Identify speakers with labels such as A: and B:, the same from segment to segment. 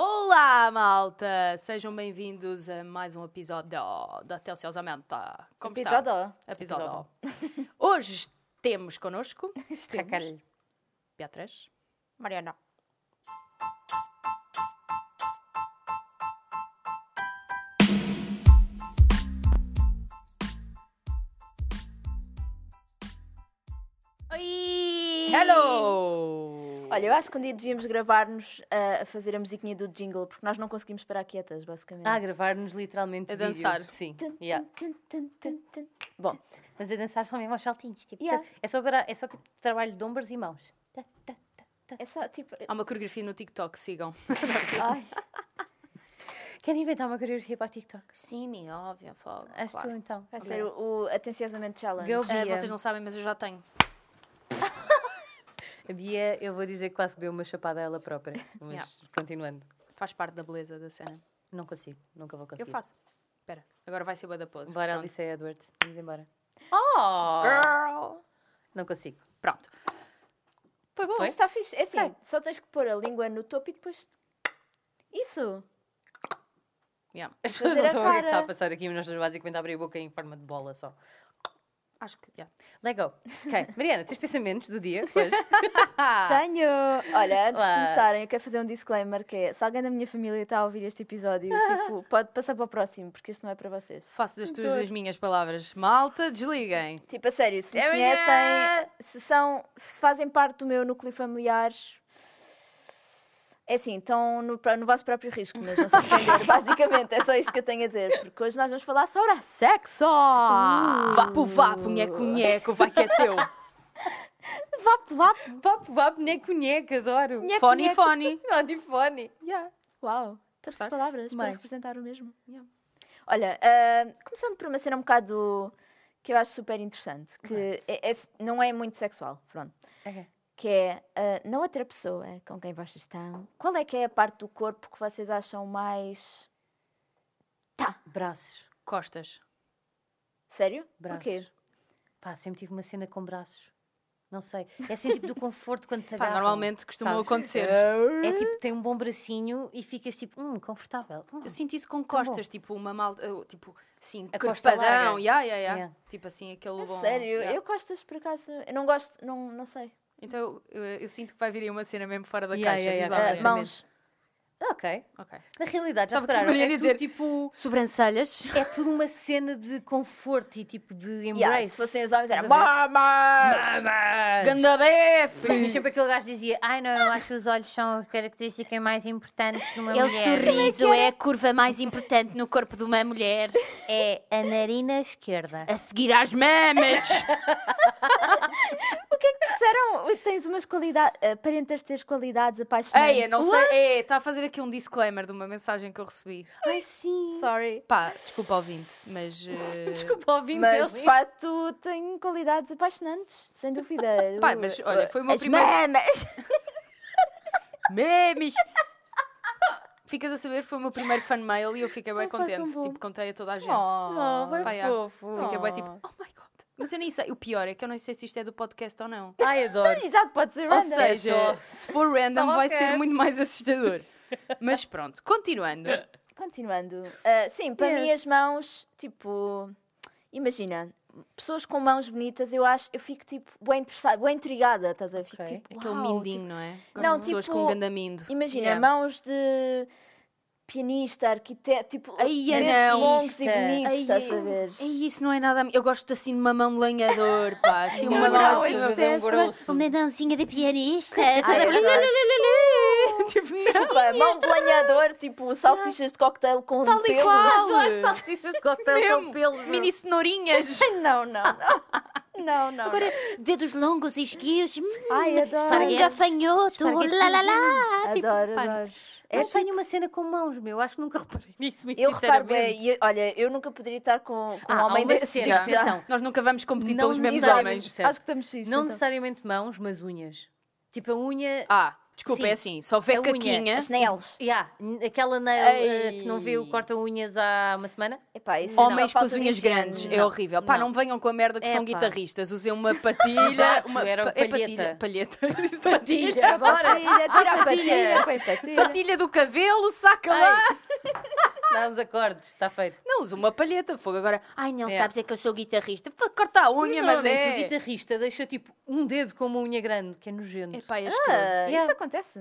A: Olá, malta! Sejam bem-vindos a mais um episódio da Telciosamente. Como
B: Episódio.
A: está? Episódio. Hoje temos connosco
B: Episódio.
A: Beatriz.
B: Mariana.
A: Oi! Hello!
B: Olha, eu acho que um dia devíamos gravar-nos eh, a- a fazer a musiquinha do jingle, porque nós não conseguimos parar quietas, basicamente.
C: Ah, gravar-nos literalmente
A: A
C: vídeo.
A: dançar.
C: Sim,
B: Tum,
C: yeah.
B: tum, tum, tum, tum, tum. Bom,
C: mas a dançar são mesmo aos saltinhos. Tipo,
B: Yeah.
C: É só, para- é só tipo, trabalho de ombros e mãos. Tá, tá, tá, tá.
B: é só tipo.
A: Há uma coreografia no TikTok, sigam.
B: Ai,
C: Quero inventar uma coreografia para o TikTok.
A: Sim, minha óbvia, fogo.
C: És tu então.
B: vai ser o, o Atenciosamente Challenge. É.
C: Go.
A: Ah,
C: Bia.
A: vocês não sabem, mas eu já tenho.
C: A Bia, eu vou dizer que quase que deu uma chapada a ela própria. Mas
A: Yeah.
C: continuando.
A: Faz parte da beleza da cena.
C: Não consigo, nunca vou
A: Eu
C: conseguir.
A: faço. Espera, agora vai ser boa da podre.
C: Bora,
A: Pronto.
C: Alice Edwards. Vamos embora. Oh!
A: Girl!
C: Não consigo.
A: Pronto. Foi bom.
B: Bom, está fixe. É assim, só tens que pôr a língua no topo e depois. Isso!
A: Yeah.
C: As pessoas
B: Fazer
C: não
B: a
C: estão a ver o que está a
B: cara.
C: passar aqui, mas nós estamos basicamente a abrir a boca em forma de bola só.
A: Acho que. yeah.
C: Lego. Ok. Mariana, tens pensamentos do dia hoje?
B: Tenho! Olha, antes
C: What?
B: de começarem, eu quero fazer um disclaimer que é, se alguém da minha família está a ouvir este episódio, tipo, pode passar para o próximo, porque este não é para vocês.
A: Faço das tuas as minhas palavras. Malta, desliguem.
B: Tipo, a sério, se me
C: Até amanhã!
B: conhecem, se, são, se fazem parte do meu núcleo familiar, é assim, estão no, pró- no vosso próprio risco, mas não se arrepender. Basicamente, é só isto que eu tenho a dizer, porque hoje nós vamos falar sobre a sexo. Uh.
C: Uh!
A: Vapo, vapo, nheco, nheco, vai que é teu.
B: Vap, vap.
C: Vapo, vapo, neco, neco, adoro.
B: Nheco,
A: Fone,
B: nheco.
A: fone.
C: Onifone.
A: Yeah.
B: Uau, tantas
A: Gostaste?
B: palavras para
C: Mais.
B: representar o mesmo.
A: Yeah.
B: Olha, ah, começando por uma cena um bocado que eu acho super interessante, que
C: Right.
B: é- é- não é muito sexual, pronto.
C: Ok.
B: que é ah, na outra pessoa com quem vocês estão, qual é que é a parte do corpo que vocês acham mais.
C: Braços.
A: Costas.
B: Sério?
C: Braços.
B: Porquê?
C: Pá, sempre tive uma cena com braços. Não sei. É assim tipo do conforto quando te
A: Pá,
C: agarram.
A: normalmente costuma
C: sabes?
A: acontecer.
C: É tipo, tem um bom bracinho e ficas tipo, hum, confortável. Hum.
A: Eu sinto isso com costas, tipo uma malta, eu, tipo, assim,
C: A costa
A: corpadão,
C: larga.
A: yeah, yeah, yeah.
C: Yeah.
A: tipo assim, aquele
B: A
A: bom.
B: É Sério?
A: yeah.
B: Eu costas por acaso. Eu não gosto, não, não sei.
A: Então eu, eu, eu sinto que vai vir aí uma cena mesmo fora da
C: Yeah,
A: caixa.
C: yeah,
A: diz lá,
C: yeah.
B: Ah,
A: Mariana.
B: mãos.
C: Ok.
A: Ok.
C: Na realidade, já
A: Sabe o que eu
C: repararam?
A: queria
C: É tudo,
A: dizer?
C: tipo,
A: Sobrancelhas.
C: é tudo uma cena de conforto e tipo de embrace.
B: Yeah, se fossem assim, os homens era.
C: Estás a ver?
B: Mamas!
A: Ganda
C: Por isso,
A: befe.
C: sempre aquele gajo dizia, ai não, eu acho que os olhos são a característica mais importante de uma
D: É o
C: mulher.
D: sorriso, é a curva mais importante no corpo de uma mulher.
C: É a narina esquerda.
D: A seguir às mamas.
B: O que é que disseram? Tens umas qualidades. Aparentas ter qualidades apaixonantes.
A: Ei, eu não sei. Está a fazer aqui um disclaimer de uma mensagem que eu recebi.
C: Ai sim.
B: Sorry.
A: Pá, desculpa ouvinte, mas. eh,
C: Desculpa, ouvindo
B: Mas de facto tenho qualidades apaixonantes, sem dúvida.
A: Pá, mas, olha, foi o meu
B: As
A: primeiro-
B: mamas!
A: Memes! Ficas a saber, foi o meu primeiro fan mail e eu fiquei bem
C: Ah, pá, tão
A: contente.
C: bom.
A: Tipo, contei a toda a gente.
C: Oh, vai
A: Pá, yeah.
C: fofo.
A: Fiquei bem tipo, oh my god. Mas eu nem sei, o pior é que eu não sei se isto é do podcast ou não.
C: Ai, adoro.
B: Exato, pode ser
A: Ou
B: random. É
A: seja,
C: só-
A: se for random vai
C: Stalker.
A: ser muito mais assustador. Mas pronto, continuando.
B: Continuando. Ah, sim, para mim
C: Yes.
B: as mãos, tipo, imagina, pessoas com mãos bonitas, eu acho, eu fico tipo, bem interessada, bem intrigada, estás a ver? Fico
C: Ok.
B: tipo,
A: Aquele
B: uau,
A: mindinho, não é? Gosto
B: Não,
A: de pessoas
B: tipo-
A: com ganda mindo.
B: tipo, imagina,
C: Yeah.
B: mãos de pianista, arquiteto, tipo,
A: Ai,
B: dedos
A: não.
B: longos e
C: Pianista.
B: bonitos,
A: Ai,
B: estás a ver?
A: Ei, isso não é nada. a mim. Eu gosto assim de uma mão de lenhador, pá. Assim, uma
C: Não, é não,
A: mão assim.
C: eu
A: de um
B: detesto.
A: grosso.
D: Uma mãozinha de pianista.
B: Ai, eu adoro.
A: Tipo,
B: Desculpa, mão de banhador, tipo, salsichas de cocktail com
A: Tal e
B: pelos.
A: qual.
C: Adoro salsichas de cotel
A: Mesmo.
C: com pelos.
A: mini cenourinhas.
B: Não, não, não. Não, não.
D: Agora, dedos longos e esguios. Hum,
B: Ai,
D: Sou
B: adoro.
D: um gafanhoto.
C: Tá. Esparguetes
D: Lá, lá, lá.
B: Adoro,
A: pá,
B: adoro. É
C: Eu tenho uma cena com mãos, meu. Acho que nunca reparei nisso, muito
B: Eu reparo
C: sinceramente.
B: bem, e eu- olha, eu nunca poderia estar com, com
C: Ah,
B: um
C: há
B: homem
C: uma
B: desse
C: cena.
B: tipo já.
C: Atenção.
A: Nós nunca vamos competir
C: Não
A: pelos mesmos
C: necessariamente.
B: então.
A: homens.
B: Acho que estamos xixi.
C: Não necessariamente mãos, mas unhas. Tipo, a unha
A: Ah, Desculpa,
C: Sim.
A: é assim, só vê
C: A unha,
A: caquinha.
B: As nails.
C: Yeah, n- aquela nail eh, que não
A: Ei.
C: viu corta-unhas há uma semana.
B: Epá, isso
A: Homens
B: só
A: com
B: falta
A: as
B: de
A: unhas
B: higiene.
A: grandes, é
C: Não,
A: horrível. Pá,
C: não.
A: não venham com a merda que
C: É,
A: são
C: pá.
A: guitarristas. Usem uma patilha.
C: Exato,
A: uma,
C: era o
A: pa- é patilha. Palheta. Diz patilha.
C: Agora!
B: Patilha, tira a
C: patilha.
B: patilha, põe patilha.
A: Patilha do cabelo, saca lá.
C: Dá uns acordes, está feito.
A: Não, usa uma palheta, fogo. Agora,
D: Ai não,
C: É.
D: sabes é que eu sou guitarrista.
A: pá, corta a unha, mas
C: Normalmente O
A: é.
C: guitarrista deixa tipo um dedo com uma unha grande, que é nojento.
A: Epá, é
B: Ah,
A: asqueroso.
C: Yeah.
B: Isso acontece.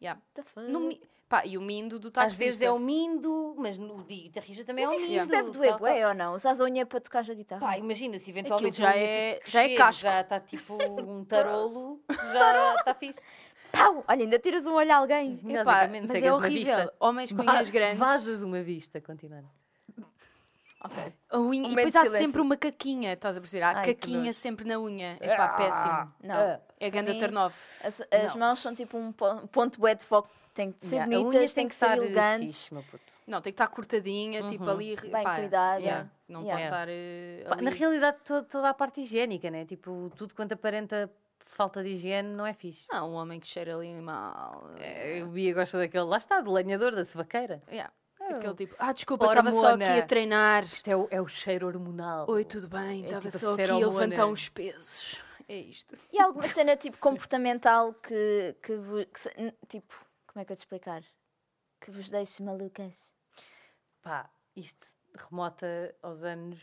A: Yeah.
B: What the fuck?
A: No mi- Pá, e o mindo do taxista.
C: Às vezes é o mindo, mas no de guitarrista também
B: Mas
C: é o
B: isso,
C: mindo.
B: isso deve
C: tal,
B: doer,
C: tal.
B: bué ou não? Usas a unha para tocar a guitarra.
C: Pá, imagina se eventualmente
A: já
C: a unha
A: é-
C: fica
A: já é
C: cheiro,
A: casco.
C: Já está tipo um tarolo, já está fixe.
B: Pau! Olha, ainda tiras um olho a alguém.
C: Uhum.
A: Epá,
C: Basicamente,
A: mas
C: cegas
A: é
C: uma
A: horrível.
C: vista.
A: Homens com
C: Va-
A: unhas grandes.
C: Vazas uma vista, continuando.
A: A unha-
B: Um
A: e
B: momento
A: depois
B: de
A: há
B: silêncio.
A: sempre uma caquinha, estás a perceber? Há
C: Ai, que
A: caquinha
C: nojo.
A: sempre na unha. É pá, péssimo.
B: Não.
C: Ah.
A: É ganda
B: mim-
A: turn off.
B: As, as
A: Não.
B: mãos são tipo um pon- um ponto bué de foco. Tem que ser
C: Yeah, a unha
B: bonitas, tem que ser
C: estar
B: elegantes.
C: fixe, meu puto.
A: Não, tem que estar cortadinha, tipo
C: Uhum.
A: ali.
B: Bem
A: pá,
B: cuidada.
A: yeah, Não
B: Yeah.
A: pode estar. eh,
C: Pá, na
A: ali.
C: realidade, to- toda a parte higiênica, né? Tipo, tudo quanto aparenta falta de higiene não é fixe.
A: Ah, um homem que cheira ali mal.
C: Eh, O Bia gosta daquele, lá está, de lenhador, da suvaqueira.
A: Yeah.
C: Ah,
A: Aquele tipo, ah, desculpa, estava só aqui
C: Hormona.
A: a treinar.
C: Isto é o, é o cheiro hormonal.
A: Oi, tudo bem,
C: É
A: estava
C: tipo
A: só aqui a
C: feromona.
A: levantar uns pesos. É isto.
B: E alguma cena tipo comportamental que, que, vo- que se- n- tipo, como é que eu te explicar? Que vos deixe malucas.
C: Pá, isto remota aos anos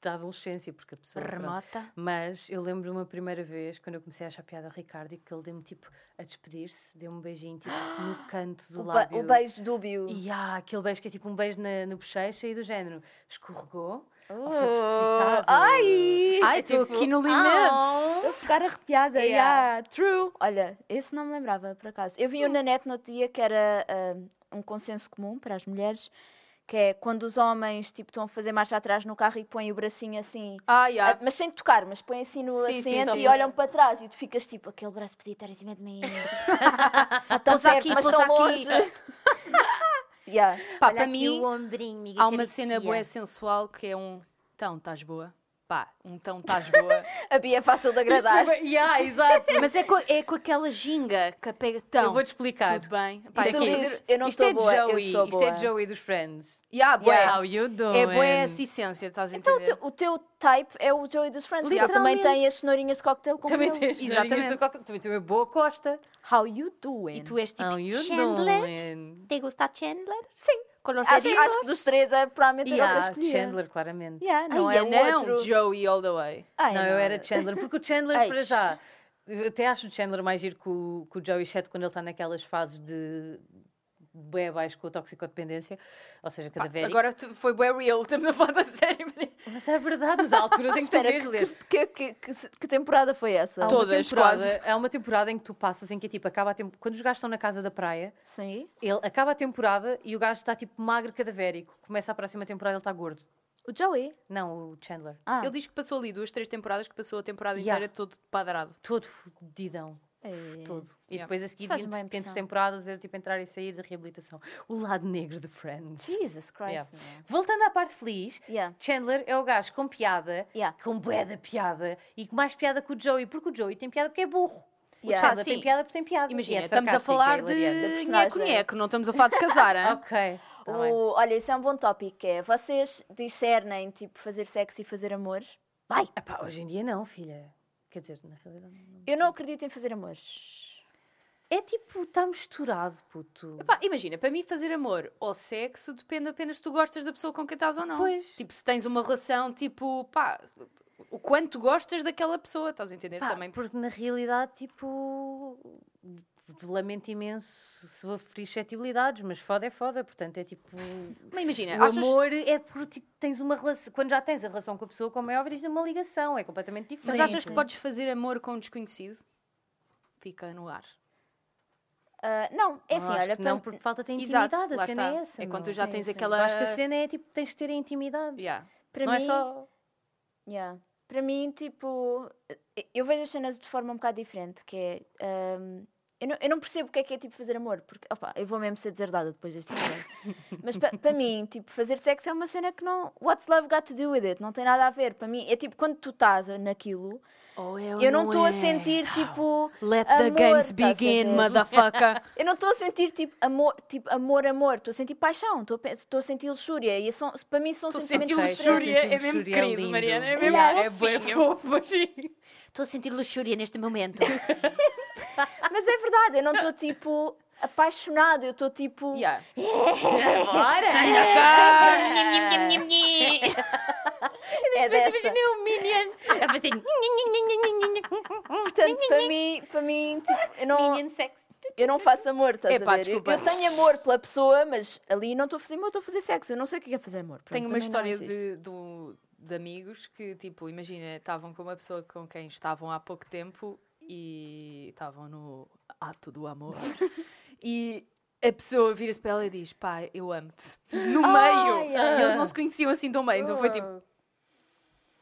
C: da adolescência, porque a pessoa... pronto,
A: Remota.
C: Mas eu lembro uma primeira vez, quando eu comecei a achar piada ao Ricardo, e que ele deu-me, tipo, a despedir-se, deu-me um beijinho, tipo, no canto do
B: O, ba-
C: lábio.
B: o beijo dúbio.
C: E há aquele beijo que é tipo um beijo na, no bochecha e do género. Escorregou.
B: Oh.
C: foi propositado.
B: Ai!
A: Ai, estou aqui no limite.
B: Eu ficar arrepiada,
C: Yeah.
B: yeah. true. Olha, esse não me lembrava, por acaso. Eu vi um na net no outro dia que era ah, um consenso comum para as mulheres, que é quando os homens tipo, estão a fazer marcha atrás no carro e põem o bracinho assim,
A: Ai,
B: ah,
A: ai.
B: mas sem tocar, mas põem assim no
A: Sim, sim,
B: assento
A: sim.
B: e olham para trás e tu ficas tipo, aquele braço podia estar em cima de mim. Está tão
D: Pousa
B: certo,
D: aqui,
B: mas
D: pousa
B: tão
D: aqui.
B: longe. yeah.
A: Pá,
D: Olha
A: para
D: aqui
A: mim,
D: o ombrinho, minha
A: há uma
D: cabecinha.
A: cena boa sensual que é um tão, estás boa. Pá, um tão, estás boa.
B: A Bia é fácil de agradar.
C: Yeah, exato.
A: Mas é com, é com aquela ginga que pega
C: eu
A: tão.
C: vou-te explicar.
A: Tudo bem.
B: E
A: Pá,
B: tu
A: é que-
B: dizes, eu não
C: isto é
B: estou boa, eu
C: Joey.
B: sou
C: isto
B: boa.
C: é Joey dos Friends.
A: Yeah, bué.
B: Yeah.
C: How you doing?
A: É boa essa essência, estás a
B: Então o
A: entender?
B: teu, o teu type é o Joey dos Friends, porque ele também tem
C: Literalmente.
B: as cenourinhas de cocktail com
C: Também
B: pelos.
C: tens é?
A: Exatamente.
C: exatamente. Também tem uma é boa costa.
B: How you doing?
A: E tu és tipo,
C: How you
D: Chandler?
C: doing?
D: Te gusta Chandler?
B: Sim.
D: Com
A: Ah,
D: os
B: Acho,
D: dedinhos?
B: acho que dos três é provavelmente
C: E há
B: era o que eu escolhia.
C: Chandler, claramente.
B: Yeah,
A: não
B: não
A: é
B: é o
A: não,
B: outro.
A: Joey all the way.
B: Ai, Ah,
C: não, eu era tipo Chandler, porque o Chandler,
B: Eish.
C: para já, eu até acho o Chandler mais giro que o, que o Joey Chet quando ele está naquelas fases de bem abaixo com a toxicodependência, ou seja,
A: Tá
B: Ah,
C: cada vez.
A: Agora tu- foi bem real, estamos a falar da série.
C: Mas é verdade, mas há alturas em que tu
B: Espera,
C: vês
B: que,
C: ler. Ah.
B: que- que, que, que se- que temporada foi essa?
C: Há uma
A: Todas,
C: temporada-
A: quase.
C: Há uma temporada em que tu passas, em que é tipo, acaba a tempo, quando os gajos estão na casa da praia,
B: Sim.
C: ele acaba a temporada e o gajo está tipo magro cadavérico. Começa a próxima temporada, ele está gordo.
B: O Joey?
C: Não, o Chandler.
B: Ah.
A: Ele diz que passou ali duas, três temporadas, que passou a temporada
C: Yeah.
A: inteira todo padrado.
C: Todo fudidão.
B: Ei.
C: Todo. E
A: Yeah.
C: depois a seguir,
B: É. Faz
C: entre,
B: uma
C: entre
B: impressão.
C: temporadas, era tipo entrar e sair de reabilitação. O lado negro de Friends.
B: Jesus Christ. meu.
C: Voltando à parte feliz,
B: Yeah.
C: Chandler é o gajo com piada,
B: Yeah.
C: com bué da piada e com mais piada que o Joey, porque o Joey tem piada porque é burro. O
B: Yeah.
C: Chandler
A: Ah, sim.
C: tem piada porque tem piada.
A: Imagina,
C: E é
A: estamos a
C: sarcástico,
A: falar
C: é hilariante.
A: de
B: personagem.
A: nheco-nheco, não estamos a falar de casar, hein?
C: Ok. tá
B: O-
C: bem.
B: olha, isso é um bom tópico, que é vocês discernem, tipo, fazer sexo e fazer amor?
C: Epá, hoje em dia não, filha. Quer dizer, na realidade. não.
B: Eu não acredito em fazer amor.
C: É tipo, está misturado, puto.
A: Pá, imagina, para mim fazer amor ou sexo depende apenas se tu gostas da pessoa com quem estás ou não.
C: Pois.
A: Tipo, se tens uma relação, tipo, pá, o quanto gostas daquela pessoa, estás a entender
C: Pá,
A: também?
C: Porque na realidade, tipo. Lamento imenso se vou ferir suscetibilidades, mas foda é foda, portanto é tipo.
A: Mas imagina,
C: O
A: achas...
C: amor é porque tipo, tens uma relação. Quando já tens a relação com a pessoa, como é óbvio, tens uma ligação, é completamente
A: Mas
C: diferente.
B: Sim,
A: achas
B: sim.
A: que podes fazer amor com um desconhecido? Fica no ar.
B: Ah, não, é assim,
C: Não, acho
B: olha,
C: que
B: para-
C: não, porque falta ter
A: Exato,
C: intimidade.
A: lá
C: a cena
A: está.
C: é essa.
A: É quando
C: meu.
A: tu já
B: Sim,
A: tens
B: sim.
A: aquela.
C: Eu acho que a cena é tipo, tens de ter a intimidade.
A: Yeah.
B: para
C: não
B: mim...
C: é só.
B: Yeah. Para mim, tipo, eu vejo as cenas de forma um bocado diferente, que é hum, Eu não, eu não percebo o que é que é tipo fazer amor, porque opa, eu vou mesmo ser deserdada depois deste episódio. Mas pa- para mim, tipo, fazer sexo é uma cena que não. What's love got to do with it? Não tem nada a ver. Para mim, é tipo quando tu estás naquilo,
A: Oh,
B: eu não estou
A: é.
B: a sentir tipo.
A: Let the
B: amor,
A: games
B: estás a
A: begin,
B: ver?
A: motherfucker.
B: Eu não estou a sentir tipo amor, tipo amor, amor. Estou a sentir paixão, estou a pe- estou a sentir luxúria. E são, para mim são
A: Estou a
B: sentimentos
A: sentir
C: sentindo
B: diferentes.
A: luxúria,
C: Sim, sim,
A: é mesmo
C: luxúria é
A: querido,
C: lindo.
A: Mariana, é mesmo
B: Yeah,
C: É bem
A: fofinho.
C: fofo, mas sim.
D: Estou a sentir luxúria neste momento.
B: Mas é verdade, eu não estou tipo apaixonada, eu estou tipo.
A: Yeah.
B: É desta.
D: um Minion. A fazer
B: Portanto, para mim, para mim tipo, eu, não,
D: Minion sex.
B: eu não faço amor, estás
A: Epá,
B: a ver? Eu,
A: desculpa.
B: eu tenho amor pela pessoa, mas ali não estou a fazer amor, estou a fazer sexo. Eu não sei o que é fazer amor. Pronto,
A: Tenho uma
B: para mim
A: história
B: não existe.
A: de, do- de amigos que, tipo, imagina, estavam com uma pessoa com quem estavam há pouco tempo e estavam no ato do amor. e a pessoa vira-se para ela e diz: Pá, eu amo-te. No meio.
B: Ai,
A: E eles não se conheciam assim tão bem. Então foi tipo: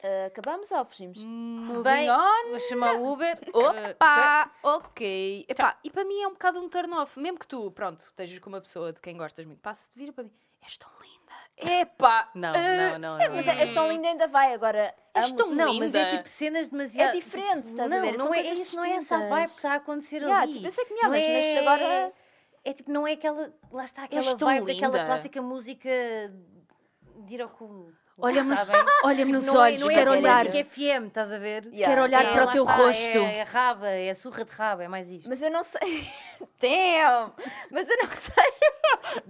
B: Ah, acabamos ou fugimos?
A: Hum. Bem,
C: Vou chamar o Uber.
A: Opa, ok. Epá, e para mim é um bocado um turn off. Mesmo que tu, pronto, estejas com uma pessoa de quem gostas muito, passa de vir para mim. És tão linda. Epá. ah,
C: Não, não, não.
B: É,
C: não,
B: mas
C: não.
B: a a São Linda ainda vai agora.
A: És
B: Amo-te.
A: tão
C: Não, mas é
A: linda.
C: tipo cenas demasiado.
B: É diferente, estás
C: não,
B: a ver?
C: Não
B: São
C: é,
B: coisas
C: isto não é essa
B: distintas.
C: vibe que está a acontecer
B: Yeah,
C: ali.
B: tipo, eu sei que me
C: Não
B: amas, mas
C: é-
B: agora.
C: É tipo, não é aquela. Lá está
D: És
C: aquela
D: tão
C: vibe daquela
D: linda.
C: clássica música de ir ao cu.
D: Olha-me-
C: sabem?
D: Olha-me nos
C: Não é-
D: olhos,
C: não é
D: quero
B: romântico,
D: olhar.
C: romântica FM, estás a ver?
B: Yeah. Quero
D: olhar
C: É,
D: para o
C: lá
D: teu
C: está,
D: rosto.
C: É, é raba, é surra de raba, é mais isto.
B: Mas eu não sei. Damn! Mas eu não sei.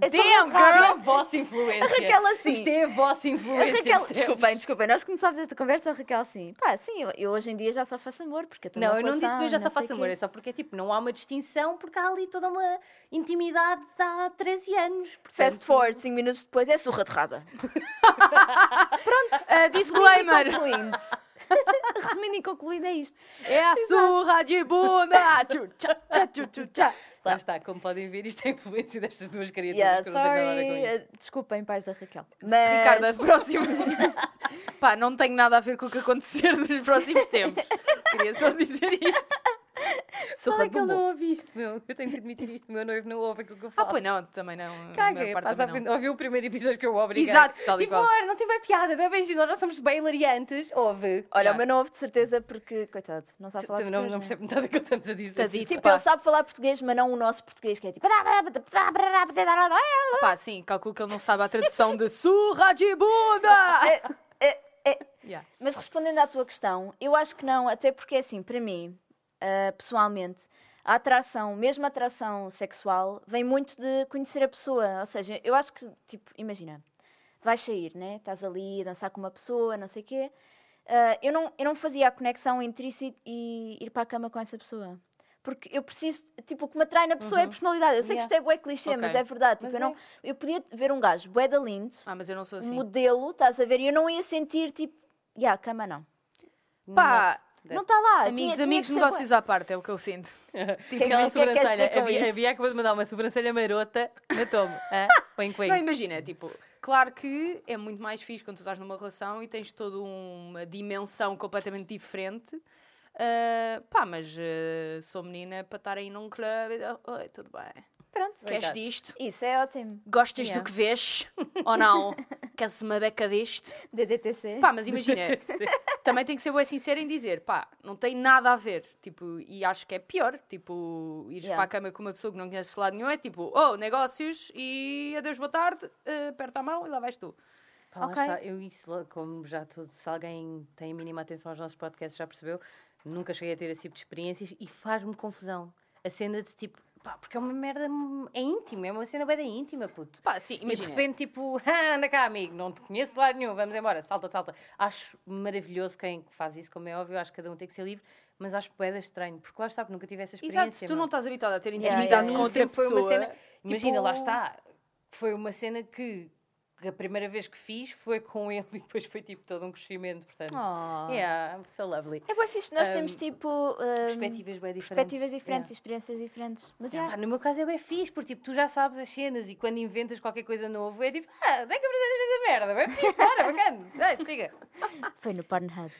B: É só
C: Damn,
B: uma raba.
C: girl! a vossa influência.
B: Raquel, assim.
C: Isto é a vossa
B: A
C: influência.
B: Raquel,
C: percebes?
B: desculpem, desculpem, nós começámos esta conversa, a Raquel, sim. Pá, sim, eu, eu hoje em dia já só faço amor, porque eu tenho
C: Não,
B: uma
C: eu não disse que eu
B: relação,
C: já só
B: não sei
C: faço
B: o
C: amor,
B: quê.
C: é só porque é tipo, não há uma distinção, porque há ali toda uma intimidade de há 13 anos. portanto-
B: Fast forward, 5 minutos depois, é surra de raba.
A: Ah,
B: Resumindo e
A: disclaimer.
B: concluindo. Resumindo e concluindo, é isto.
A: É a surra de bunda. Tchu, tchá, tchá, tchu, tchu, tchá.
C: Lá está, como podem ver, isto é a influência destas duas criaturas
B: Yeah,
C: que não têm nada a ver com isto.
B: sorry. eh, Desculpem, pais da Raquel. Mas...
A: Ricardo, é próximo. Pá, não tenho nada a ver com o que acontecer nos próximos tempos. Queria só dizer isto.
C: Como
A: Surra
C: é
A: de
C: que ele
A: bumbum.
C: não ouve isto, meu? Eu tenho que admitir isto, meu noivo não ouve aquilo que eu
A: Ah,
C: faço.
A: pois não, também não. a maior
C: Caga,
A: parte
C: passa a
A: também
C: frente, ouviu o primeiro episódio que eu obriguei.
A: Exato, tal e
C: Tipo,
A: qual.
C: olha, não tem bem piada, não é bem giro, nós somos bem hilariantes. Ouve.
B: Olha, o
A: Yeah.
B: meu não houve de certeza porque, coitado, não sabe falar
C: Também não,
B: português. né?
C: não percebo
A: é?
C: nada do que estamos a dizer.
A: Tadito. Pá.
B: Sim, tipo, ele sabe falar português, mas não o nosso português, que é tipo...
A: não. Pá, sim, calculo que ele não sabe a tradução de surra de bunda.
B: É, é, é.
A: Yeah.
B: Mas respondendo à tua questão, eu acho que não, até porque assim, para mim, ah, pessoalmente, a atração, mesmo a atração sexual, vem muito de conhecer a pessoa. Ou seja, eu acho que, tipo, imagina, vais sair, né? Estás ali a dançar com uma pessoa, não sei o quê. Ah, eu, não, eu não fazia a conexão entre isso e, e ir para a cama com essa pessoa. Porque eu preciso, tipo, o que me atrai na pessoa é a personalidade. Eu sei
C: Yeah.
B: que isto é bué clichê,
A: Ok.
B: mas é verdade. Tipo,
C: Mas
B: eu, não, eu podia ver um gajo bué da lindo,
A: Ah, mas eu não sou assim.
B: modelo, estás a ver? E eu não ia sentir tipo, já, cama não.
A: Pá,
B: Não está lá. Ah, tinha-
A: amigos,
B: tinha
A: amigos,
B: que ser
A: negócios à parte, é o que eu sinto.
C: Tipo,
B: que-
C: aquela
B: o que é que queres
C: sobrancelha.
B: dizer
C: a,
B: com
C: Bia, a
B: isso?
C: Bia acabou de mandar uma sobrancelha marota na tomo. Hã? Põe coelho.
A: Não, imagina, tipo, claro que é muito mais fixe quando tu estás numa relação e tens toda uma dimensão completamente diferente. Ah, pá, mas ah, sou menina para estar aí num clube. e, ah, Oi, tudo bem.
B: boa. Pronto.
A: Queres
C: Obrigada.
A: disto?
B: Isso é ótimo.
A: Gostas
C: Yeah.
A: do que vês? Ou não? Queres uma beca disto?
B: DDTC.
A: Pá, mas imagina, também tem que ser bem sincero em dizer, pá, não tem nada a ver, tipo, e acho que é pior, tipo, ires
B: Yeah.
A: para a cama com uma pessoa que não conheces de lado nenhum, é tipo, oh, negócios e adeus, boa tarde, eh, aperta a mão e lá vais tu.
C: Pá, lá
A: Ok.
C: está. Eu isso, lá- como já tu, se alguém tem a mínima atenção aos nossos podcasts, já percebeu, nunca cheguei a ter esse tipo de experiências e faz-me confusão. A cena de tipo, pá, porque é uma merda, hum, é íntima, é uma cena bem íntima, puto.
A: Pá, sim,
C: E de
A: imagina.
C: repente, tipo, "Ah, anda cá, amigo, não te conheço de lado nenhum, vamos embora, salta, salta. Acho maravilhoso quem faz isso, como é óbvio, acho que cada um tem que ser livre, mas acho poeda estranho, porque lá está, porque nunca tive essa experiência.
A: Exato, se tu
C: meu.
A: não estás habituada a ter
B: Yeah,
A: intimidade
B: yeah,
A: com
B: yeah.
A: outra
C: Sempre
A: pessoa,
C: foi uma cena- Imagina, lá
A: tipo-
C: está. Foi uma cena que a primeira vez que fiz foi com ele e depois foi tipo todo um crescimento, portanto.
B: Oh.
C: Yeah, so lovely.
B: É bem fixe. Nós
C: Um,
B: temos tipo um,
C: Perspectivas bem diferentes.
B: perspectivas diferentes, experiências diferentes. Mas é.
C: Ah, no meu caso é bem fixe, porque tipo, tu já sabes as cenas e quando inventas qualquer coisa novo é tipo, ah, dá que aprender esta merda, bem fixe, bora,
B: Ah,
C: bacana, dai, siga.
B: Foi no Pornhub.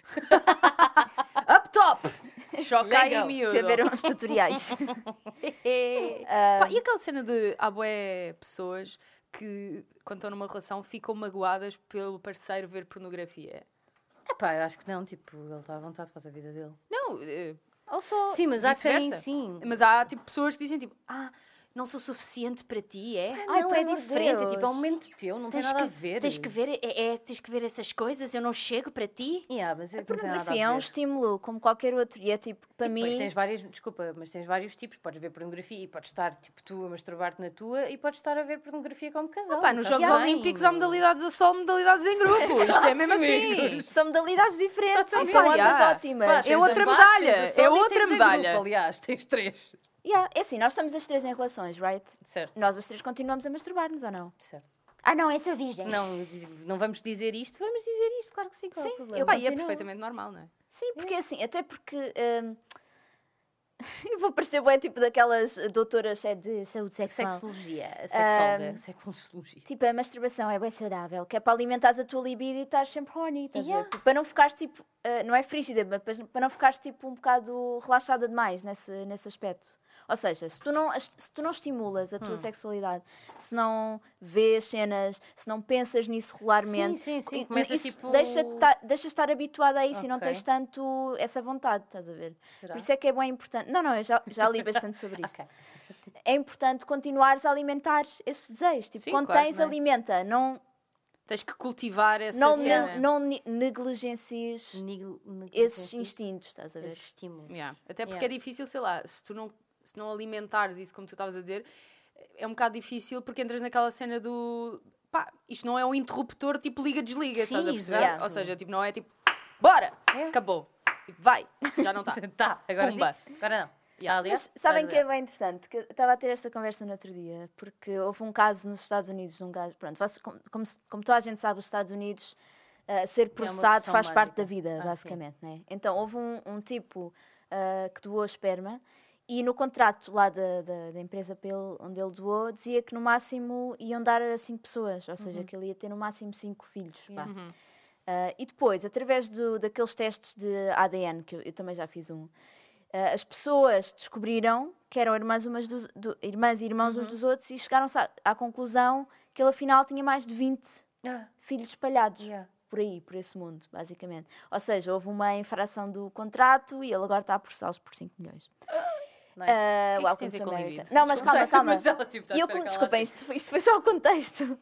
A: up top! Choca aí,
C: Legal.
A: miúdo.
B: Estive a ver uns tutoriais.
A: Pá, e aquela cena de há bué pessoas que, quando estão numa relação, ficam magoadas pelo parceiro ver pornografia.
C: Epá, eu acho que não, tipo, ele está à vontade, faz a vida dele.
A: Não, eh,
B: Ou só.
C: Sim, mas há quem
A: vice-versa.
C: sim.
A: mas há tipo pessoas que dizem tipo, ah,
D: Não sou suficiente para ti, é?
B: Ai,
C: não,
B: pelo
C: é
B: amor de
C: diferente, é tipo, é um
B: Deus.
C: momento teu, não
D: Tens
C: tem nada
D: que-
C: a ver.
D: Tens que ver, é, é, tens que ver essas coisas, eu não chego para ti.
C: Yeah, mas é
B: A
C: que não tem nada a
B: pornografia é um
C: ver.
B: estímulo, como qualquer outro. E é tipo, para mim.
C: Depois tens várias, desculpa, mas tens vários tipos. Podes ver pornografia e podes estar tipo tu a masturbar-te na tua e podes estar a ver pornografia como casal.
A: pá, nos
C: Tá-se
A: Jogos
C: bem.
A: Olímpicos há modalidades a solo, modalidades em grupo. Isto é mesmo assim.
B: São modalidades diferentes
A: Só
B: e são
A: tem-
B: ambas
A: Yeah.
B: ótimas.
C: Pá, tens
A: é
C: a
A: outra
C: base, tens
A: medalha,
C: a solo
A: é
C: e tens
A: outra
C: a
A: medalha.
C: Grupo, aliás, tens três.
B: Yeah, É assim, nós estamos as três em relações, right?
C: Certo,
B: Nós as três continuamos a masturbar-nos ou não?
C: certo.
B: Ah, não, essa é a virgem.
C: Não, não vamos dizer isto, vamos dizer isto, claro que sim. Qual é o
B: Sim,
C: problema?
B: eu
A: Pá, e é
B: continuo.
A: perfeitamente normal, não é?
B: Sim, porque assim, até porque. hum, eu vou parecer bem tipo daquelas doutoras é, de saúde sexual.
C: Sexologia, a sexóloga, sexologia.
B: Tipo, a masturbação é bem saudável, que é para alimentares a tua libido e estás sempre horny, estás a ver?
C: Yeah.
B: Porque Para não ficares tipo, ah, não é frígida, mas para- para não ficares tipo um bocado relaxada demais nesse, nesse aspecto. Ou seja, se tu não, as- se tu não estimulas a tua
C: Hum.
B: sexualidade, se não vês cenas, se não pensas nisso regularmente,
C: Sim, sim, sim,
B: e-
C: começa,
B: isso
C: tipo,
B: deixa, deixa estar habituada a isso e não
C: Ok.
B: tens tanto essa vontade, estás a ver?
C: Será?
B: Por isso é que é bem importante. Não, não, eu já, já li bastante sobre isto.
C: Ok.
B: É importante continuares a alimentar esses desejos. Tipo,
A: Sim,
B: quando
A: claro,
B: tens,
A: mas-
B: alimenta. Não,
A: Tens que cultivar essa
B: não,
A: cena.
B: não, não ne- negligencies
C: Nigel- Nigel-
B: esses
C: Nigel-
B: instintos, estás a ver?
C: Esse estímulo.
A: Yeah. Até porque
C: Yeah.
A: é difícil, sei lá, se tu não, se não alimentares isso como tu estavas a dizer, é um bocado difícil porque entras naquela cena do pá, isto não é um interruptor tipo liga-desliga,
C: Sim,
A: estás a perceber?
C: exato.
A: Ou seja, tipo, não é tipo, bora,
C: É.
A: acabou, tipo, vai, já não está.
C: Tá, agora
A: Pumba.
C: sim. Agora não.
A: Yeah.
C: Tá ali,
B: Mas
C: ó.
B: sabem
C: Tá
B: que é
C: ali,
B: bem interessante, que eu estava a ter esta conversa no outro dia, porque houve um caso nos Estados Unidos, de um gajo, pronto, vocês- como, como se- como toda a gente sabe, os Estados Unidos, ah, ser processado
C: opção
B: faz parte
C: mágica.
B: da vida,
C: Ah, sim.
B: basicamente, né? Então, houve um, um tipo ah, que doou esperma e no contrato lá da, da, da empresa para ele- onde ele doou, dizia que no máximo iam dar a cinco pessoas, ou seja, que ele ia ter no máximo cinco filhos, vá.
C: Uhum. Yeah.
A: Uhum.
B: Ah, e depois, através do, daqueles testes de ADN, que eu, eu também já fiz um, ah, as pessoas descobriram que eram irmãs, umas dos, do- irmãs e irmãos
C: Uhum.
B: uns dos outros e chegaram à conclusão que ele afinal tinha mais de 20
C: Ah,
B: filhos espalhados
C: yeah.
B: por aí, por esse mundo, basicamente. Ou seja, houve uma infração do contrato e ele agora está a processá-los por 5 milhões.
C: Nice.
B: Ah,
A: O que é que isso tem a ver com libido?
B: Não, mas
C: Não
B: calma,
C: sei,
B: calma.
C: mas ela, tipo, tá à
B: E eu,
C: espera que
B: como-
C: ela
B: desculpem,
C: ache.
B: isto, isto foi só o contexto.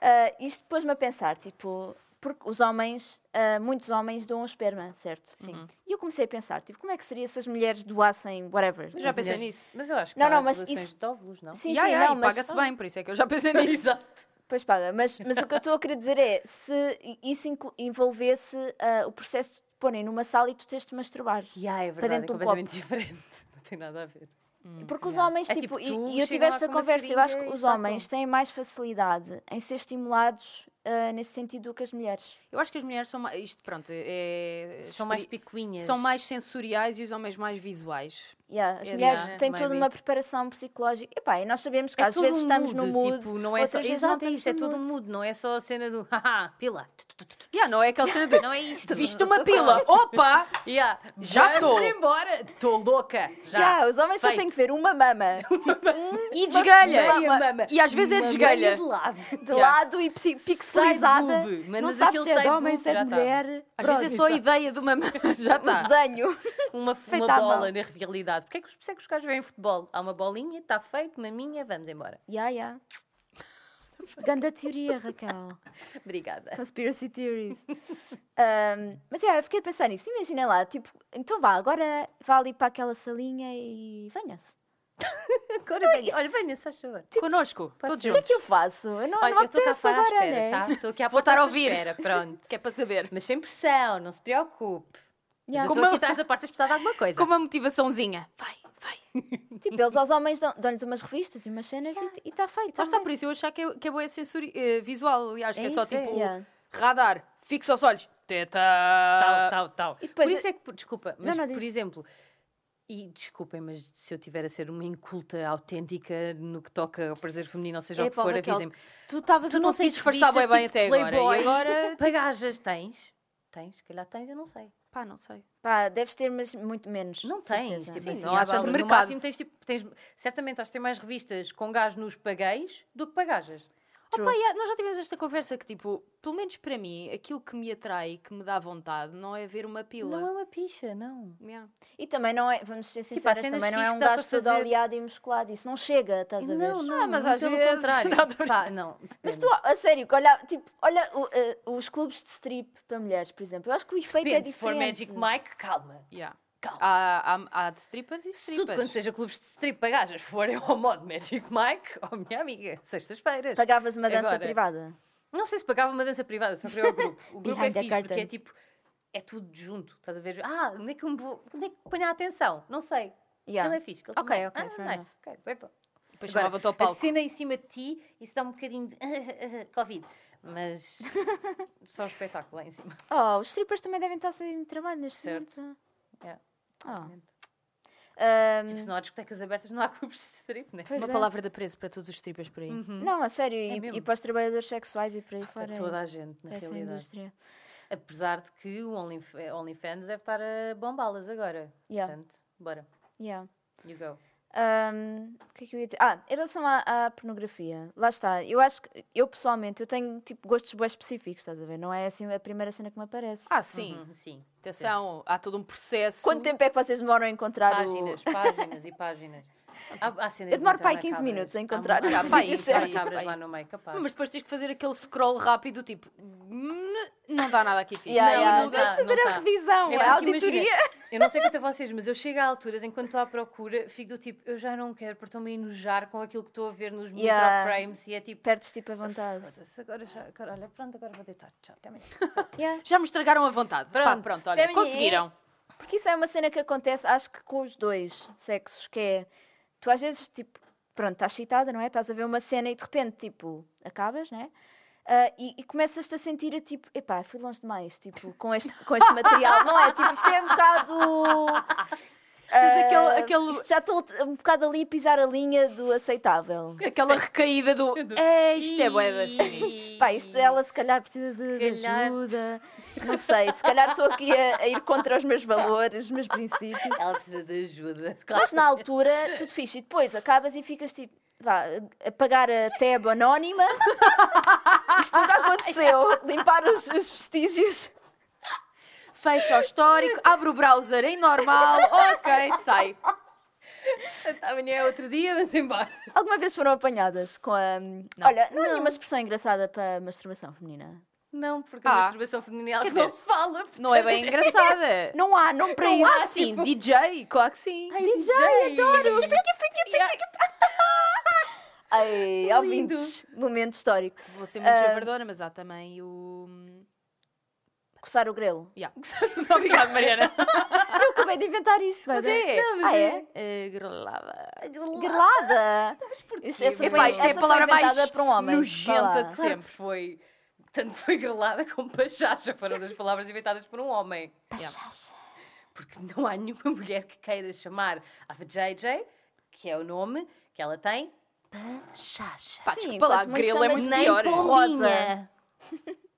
B: Ah, isto pôs-me a pensar, tipo, porque os homens, ah, muitos homens doam esperma, certo?
C: Sim. Uhum.
B: E eu comecei a pensar, tipo, como é que seria se as mulheres doassem whatever?
A: Eu já
B: estás a
A: pensei
B: ver?
A: nisso.
C: Mas eu acho que
B: Não,
C: há
B: não, mas
C: doações
B: isso-
C: de óvulos, não?
B: Sim,
A: Yeah,
B: sim,
A: yeah,
B: não,
A: e
B: mas.
A: paga-se bem, por isso é que eu já pensei nisso.
C: Exato.
B: Pois paga, mas, mas o que eu estou a querer dizer é se i- isso inclu- envolvesse ah, o processo de te porem numa sala e tu tens de masturbar.
C: Yeah, é
B: Para
C: verdade, é
B: dentro de um
C: completamente diferente. Não tem nada a ver.
B: Porque os
A: Hum, yeah.
B: homens,
C: É
B: tipo,
C: tipo,
B: e-
C: tu
B: e eu tive
C: chegam lá
B: esta
C: com uma
B: conversa, eu acho que
C: seringa e
B: os
C: sacam.
B: homens têm mais facilidade em ser estimulados ah, nesse sentido do que as mulheres.
A: Eu acho que as mulheres são mais. Isto, pronto, é.
C: São mais
A: experi-
C: picuinhas.
A: São mais sensoriais e os homens mais visuais.
B: Yeah, as
A: Esse,
B: mulheres
A: né?
B: têm toda
C: é Maybe.
B: uma preparação psicológica. Epá, e nós sabemos que
C: É
B: às
C: todo
B: vezes
C: um
B: estamos no
C: mood,
B: mood,
C: tipo, não é só,
B: outras vezes não
C: exato, é
B: estamos
C: isso, é
B: no
C: todo
B: mood.
C: mudo, não é só a cena do haha, pila. Tu, tu, tu, tu, tu.
A: Yeah, não é aquela cena de.
C: Não é isto.
A: Viste uma pila, opa!
C: Yeah.
A: Já
C: Vamos
A: tô.
C: embora. Estou louca. Já.
B: Yeah, ah, os homens só têm
C: Feito.
B: que ver uma mama
A: E desgalha!
C: Meia mama.
A: E às vezes é
C: Uma
A: desgalha.
C: meia de lado.
B: de
A: Yeah.
B: lado e psi- pixelizada.
C: boob,
B: Não
C: mandas
B: sabes
C: aquele
B: se é de
C: side
B: homem,
C: boob,
B: se é
C: já
B: de
C: tá.
B: mulher.
A: Às
B: Pronto,
A: vezes é só a
B: exato.
A: ideia de uma mão.
C: Tipo,
A: Já
B: um
A: está.
B: desenho.
C: uma,
B: Feita
C: uma
B: à
C: bola
B: mão.
C: na realidade. Porquê é que, os- por isso é que os gajos veem futebol? Há uma bolinha, está feito, maminha, vamos embora.
B: Yeah, yeah. Ganda teoria, Raquel.
C: Obrigada.
B: Conspiracy theories. Um, mas yeah, eu fiquei a pensar nisso. Imagina lá, tipo, então vá, agora vá ali para aquela salinha e venha-se.
C: Agora venha, olha, venha, se faz favor.
A: Connosco, todos
B: O que é
A: juntos.
B: que eu faço? Eu não,
C: Olha,
B: não
C: eu estou cá
B: apetece
C: fora à
B: agora,
C: espera,
B: né?
C: tá? Estou aqui à
A: Vou estar a
C: vossa
A: ouvir.
C: Espera, pronto.
A: Que é para saber.
C: Mas sem pressão, não se preocupe.
B: Yeah.
C: Mas eu
A: Como
C: estou
A: eu-
C: aqui atrás da porta, se precisar de alguma coisa.
A: Com uma motivaçõezinha. Vai, vai.
B: Tipo, eles aos homens dão- dão-lhes umas revistas e umas cenas e está feito. né?
A: Lá está, por isso eu achar que é, que é boa sensori... eh, visual, aliás, que
C: É
A: é, só
C: isso, é.
A: tipo
B: Yeah.
A: radar, fixa os olhos.
C: Tal,
A: Teta!
C: tal, tal.
B: E depois-
C: por isso é que, por- desculpa, mas
B: não,
C: por
B: diz.
C: exemplo, e desculpem, mas se eu tiver a ser uma inculta autêntica no que toca ao prazer feminino, ou seja,
A: É,
C: o que
A: pá,
C: for,
A: Raquel,
C: avisem-me.
A: Tu estavas a
C: não
A: conseguir
C: tens
A: disfarçar bem,
C: revistas
A: bem
C: tipo
A: até agora.
C: Playboy,
A: E agora.
C: Pagajas, tens? Tens, se calhar tens, eu não sei.
A: Pá, não sei.
B: Pá, deves ter, mas muito menos.
C: Não
B: de
C: tens,
B: certeza.
C: tipo
A: Sim,
C: assim,
A: não há
C: à
A: tanto
C: balda.
A: mercado.
C: No máximo tens, tipo, tens, certamente has de ter mais revistas com gás nos pagueis do que pagajas.
A: Oh,
B: True.
A: pá, yeah, nós já tivemos esta conversa que, tipo, pelo menos para mim, aquilo que me atrai e que me dá vontade não é ver uma pila.
C: Não é uma picha, não.
A: Yeah.
B: E também não é, vamos ser
C: Tipo, há
B: sinceros,
C: cenas
B: também não é
C: fixe
B: um
C: que dá
B: gajo
C: para
B: todo
C: fazer.
B: oleado e musculado. Isso não chega, estás a ver?
C: Não, não,
A: Ah, mas
C: muito
A: às
C: pelo
A: vezes-
C: contrário.
A: Não, tô-
C: Pá, não,
B: Mas
C: depende.
B: tu, a sério, que olha, tipo, olha o, eh, os clubes de strip para mulheres, por exemplo. Eu acho que o efeito é
C: Depende, se for
B: diferente.
C: Magic Mike, calma,
A: Yeah.
C: calma.
A: Há, há, há de strippers e
C: Se tudo quando
A: strippers.
C: seja clubes de strip para gajas forem ao modo Magic Mike, oh minha amiga, sextas-feiras.
B: Pagavas uma dança
C: Agora.
B: privada.
C: Não sei se pagava uma dança privada, só queria o grupo. O grupo é
B: Behind the
C: fixe, porque é
B: curtains.
C: tipo, é tudo junto, estás a ver? Ah, onde é que eu me vou, onde é que ponho a atenção? Não sei.
B: Yeah.
C: Ele é fixe. Ele
B: Ok,
C: também.
B: ok, fair
C: Ah, nice. ok, bem bom.
A: Depois
C: Agora,
A: chamava-te ao
C: A
A: palco.
C: cena em cima de ti, isso dá um bocadinho de Covid. Mas só o espetáculo lá em cima.
B: Oh, os strippers também devem estar sem trabalho neste
C: Certo.
B: momento.
C: Yeah.
B: Ah.
C: Realmente.
B: Ahm,
C: Tipo, se não há discotecas abertas, não há clubes de strip, né?
B: pois
A: Uma
B: é. Hum.
A: palavra de apreço para todos os strippers por aí.
C: Uhum.
B: Não, a sério,
C: É
B: e,
C: mesmo.
B: e para os trabalhadores sexuais e por aí
C: Para
B: fora.
C: toda a gente, na
B: essa
C: realidade.
B: indústria.
C: Apesar de que o Onlyf- eh, OnlyFans deve estar a bombá-las agora.
B: Yeah,
C: Portanto, bora.
B: yeah.
C: You go.
B: Ahm, o que é que eu ia dizer? Ah, em relação à, à pornografia, lá está. Eu acho que, eu pessoalmente, eu tenho tipo gostos bem específicos, estás a ver? Não é assim a primeira cena que me aparece.
A: Ah, sim.
C: Uhum, sim.
A: Atenção, há todo um processo.
B: Quanto tempo é que vocês demoram a encontrar
C: Páginas,
B: o...
C: páginas e páginas. Há, há cenas
B: Eu demoro
C: muito
B: para aí 15
C: macabras.
B: minutos a
C: Há
B: encontrar
C: mu-
B: o
C: Há
A: vídeo
C: pai,
A: certo.
C: cabras lá
A: Pai.
C: no meio, capaz.
A: Ah. Mas depois tens que fazer aquele scroll rápido, tipo, "Hum, não dá nada aqui fixe.
B: Yeah,
C: Não,
B: yeah,
C: não
B: Vamos
C: dá,
B: fazer
C: não
B: a
C: dá.
B: revisão,
C: É
B: a
C: porque imagina,
B: auditoria.
C: Eu não sei quanto a vocês, mas eu chego a alturas enquanto estou à procura, fico do tipo, eu já não quero, porque estou-me a enojar com aquilo que estou a ver nos
B: Yeah.
C: microframes e é tipo.
B: Perdes tipo a vontade.
C: "Foda-se, Agora já, agora, olha, pronto, agora vou deitar. Tchau, até amanhã.
B: Yeah.
A: Já me estragaram a vontade. Pá,
C: Pronto,
A: pronto, olha,
C: até amanhã.
A: conseguiram.
B: Porque isso é uma cena que acontece, acho que com os dois sexos, que é tu às vezes, tipo, pronto, estás excitada, não é? Estás a ver uma cena e de repente, tipo, acabas, não é? Ah, e, e começas-te a sentir, a, tipo, epá, fui longe demais, tipo, com este, com este material, não é? Tipo, isto é um bocado. ah,
A: aquele- aquele-
B: Isto já estou um bocado ali a pisar a linha do aceitável.
A: Aquela recaída do.
C: do-
A: É, isto é boeda sinistra.
B: Pá, isto ela se calhar precisa de, de
C: calhar.
B: ajuda, não sei, se calhar estou aqui a, a ir contra os meus valores, os meus princípios.
C: Ela precisa de ajuda. Claro.
B: Mas na altura, tudo fixe. E depois acabas e ficas tipo, vá, a pagar a tab anónima. Isto nunca aconteceu. Limpar os, os vestígios.
A: Fecha o histórico, abre o browser em normal, ok, sai.
C: Amanhã é outro dia, mas embora.
B: Alguma vez foram apanhadas com a. hum, Olha, não há nenhuma expressão engraçada para masturbação feminina.
C: Não, porque
A: Ah.
C: a masturbação feminina é algo
A: Quer
C: que não
A: dizer,
C: se fala.
A: Não é bem engraçada.
B: Não há nome para
A: Não
B: isso.
A: há, tipo, sim, DJ, claro que sim.
C: Ai, DJ, adoro!
B: Ai,
C: Lindo.
B: ouvintes, momento histórico.
A: Vou ser muito perdona, mas há também o.
B: Coçar o grelo.
A: Yeah. Obrigada, Mariana.
B: Eu acabei de inventar isto,
A: Mas
B: bebé.
A: é.
C: Não, mas
B: Ah,
C: é.
B: é?
A: Eh, grelada.
B: Grelada! Isso, essa
A: Epá,
B: foi,
A: isto é a
B: essa foi
A: palavra mais
B: inventada por um homem. Vá
A: Nojenta
B: lá.
A: de
C: Sempre
A: sempre.
C: foi. Tanto foi grelada como pachacha foram das palavras inventadas por um homem.
B: Pachacha.
C: Porque não há nenhuma mulher que queira chamar a JJ, que é o nome que ela tem, pachacha.
A: Pá,
B: Sim,
A: desculpa lá,
B: enquanto muitos
A: grelo é
B: chamas
A: muito
B: nem
A: pior.
B: pombinha.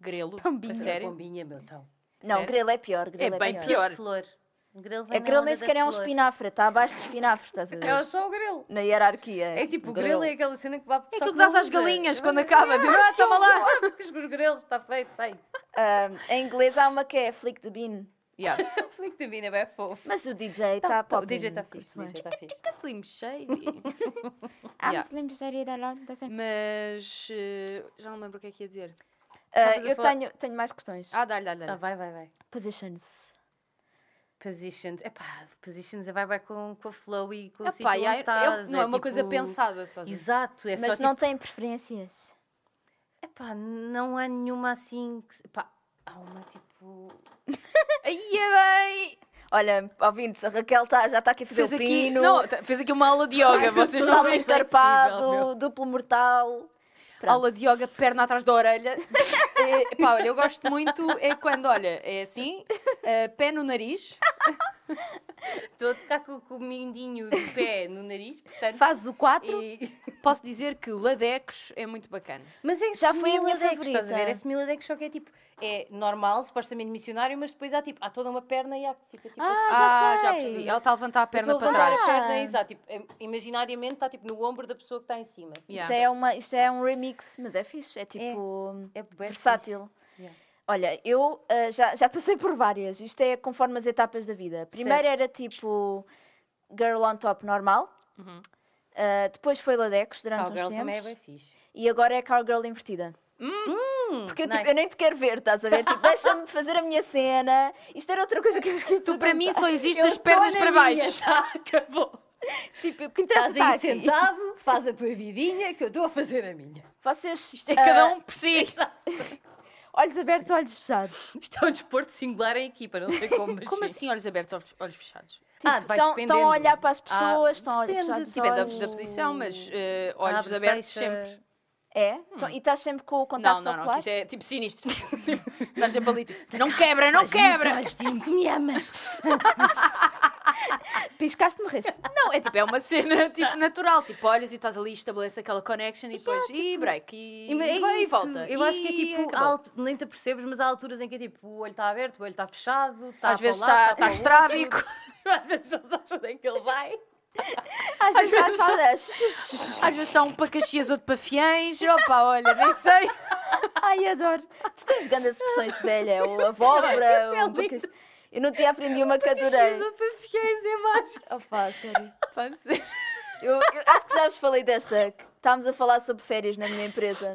A: Grelo?
B: Pombinha.
A: A
C: Essa
A: sério?
C: Pombinha, meu então.
B: Não,
A: Sério?
B: grelo é pior. Grelo
A: É
B: é,
A: bem
B: pior.
A: pior.
C: Da Flor. O grelo vai
B: É
C: na
B: grilo
C: onda
B: nem
C: da
B: sequer é um
C: flor.
B: espinafre, está abaixo de espinafre, estás a
C: É
B: ver?
C: só o grelo.
B: Na hierarquia.
C: É tipo, o grelo é aquela cena que vai
A: É aquilo que dás às galinhas quando acaba. de- Ah, toma lá.
C: Com os grelos, está feito, está aí.
B: Ah, em inglês há uma que é flick the bean,
A: Yeah.
C: O flick de mina é bem fofo.
B: mas o DJ está
C: Tá,
B: pop.
C: o DJ está fixe, o DJ está fixe.
A: Slim Shady.
B: Ah,
A: Yeah.
B: mas lembro da Lorde, está tá sempre.
A: Mas eh, já não me lembro o que é que ia dizer.
B: Ah,
C: Estavas a
B: Eu
C: falar-
B: tenho, tenho mais questões.
A: Ah, dá-lhe, dá-lhe.
C: Ah,
A: dá-lhe.
C: vai, vai, vai.
B: Positions.
C: Positions, epá, positions é vai, vai com, com a flow e com o
A: Epá,
C: sítio onde
A: yeah, eu-
C: estás,
A: não é uma coisa
C: tipo-
A: pensada, estás a ver?
C: Exato, é
B: mas
C: só
B: não
C: tipo,
B: têm preferências.
C: epá, não há nenhuma assim que, se- epá, há uma tipo...
A: Aí é bem!
B: Olha, ouvintes, a Raquel tá- já está aqui a fazer
A: Fez
B: o
A: aqui,
B: pino.
A: não, tá- fez aqui uma aula de yoga, vocês não
B: salto
A: sabem.
C: flexível,
B: encarpado, duplo mortal. Pronto.
A: Aula de yoga de perna atrás da orelha. É, pá, olha, eu gosto muito é quando, olha, é assim, eh, pé no nariz,
C: Estou a tocar com, com o mindinho de pé no nariz, portanto.
B: Faz o 4.
C: e-
A: Posso dizer que Ladecos é muito bacana.
C: Mas é
B: Já foi a minha
C: Smiladex, Estás a ver?
B: favorita.
C: É Smiladex, só que é tipo, é normal, supostamente missionário, mas depois há tipo, há toda uma perna e há que fica tipo.
B: Ah, já
A: ah, já
B: sei.
A: percebi. Ela está a levantar a perna
C: estou a
A: para
C: levantar
A: trás.
C: A perna,
B: Ah.
C: exato, tipo, é- imaginariamente está tipo no ombro da pessoa que está em cima.
B: Isto, é uma, isto é um remix, mas é fixe. É tipo.
C: É bué
B: versátil.
C: Yeah.
B: Olha, eu ah, já, já passei por várias. Isto é conforme as etapas da vida. Primeiro era tipo girl on top normal.
A: Uhum.
B: Ah, depois foi Ladex
C: fixe.
B: durante
C: Cowgirl
B: uns
C: também é
B: tempos.
C: bem fixe.
B: e agora é cowgirl invertida.
C: Hum,
B: Porque eu, tipo,
C: nice.
B: eu nem te quero ver, estás a ver? Tipo, deixa-me fazer a minha cena. Isto era outra coisa que eu escrevi.
A: Tu, para mim, só existem
C: Eu
A: as pernas
C: estou na
A: para baixo.
C: minha, tá, acabou.
B: Tipo, o que interessa
C: Estás
B: está
C: aí
B: aqui.
C: sentado, faz a tua vidinha que eu estou a fazer a minha.
B: Vocês,
A: Isto é
B: ah,
A: cada um por si.
B: olhos abertos, olhos fechados. Tipo,
C: Isto é um desporto singular em equipa, não sei como, mas
A: Como
C: sim.
A: assim, Então, olhos abertos, olhos- olhos fechados?
C: Ah, vai
B: Estão
C: dependendo.
B: a olhar para as
C: Ah,
B: pessoas, estão a olhar
C: depende,
B: fechados.
C: depende da-
A: Depende tipo, é da posição, mas eh, olhos
C: Abre,
A: abertos
C: fecha.
A: sempre.
B: É? Então, E estás sempre com o
A: Não,
B: contacto
A: não, não,
B: ocular?
A: que isso é tipo sinistro. Estás sempre ali, tipo, não quebra,
C: é
A: não quebra!
C: diz-me que me amas.
B: Piscaste-me o resto.
A: Não, é tipo, é uma cena tipo natural. Tipo, olhas e estás ali, estabelece aquela connection e depois, e break, e,
C: E, mas é
A: e vai e
C: isso.
A: volta.
C: Eu acho que é
A: e
C: tipo,
A: acabou.
C: há altu- nem te percebes, mas há alturas em que é tipo, o olho está aberto, o olho está fechado, está
A: às vezes
C: está
A: está tá estrábico.
C: Às vezes não sabes onde é que ele vai.
B: Às vezes
A: vezes
B: faz
A: só-
B: saudades.
A: Às vezes está um para Caxias, outro para Fiães. Opa, olha, nem sei.
B: Ai, adoro. Tu tens grandes expressões de velha, ou abóbora, ou bocas. Eu não tinha aprendido uma que adorei.
C: Caxias, outro para Fiéis, é mais.
B: Opa, sério.
A: Pode ser.
B: Eu, eu acho que já vos falei desta. que Estávamos a falar sobre férias na minha empresa.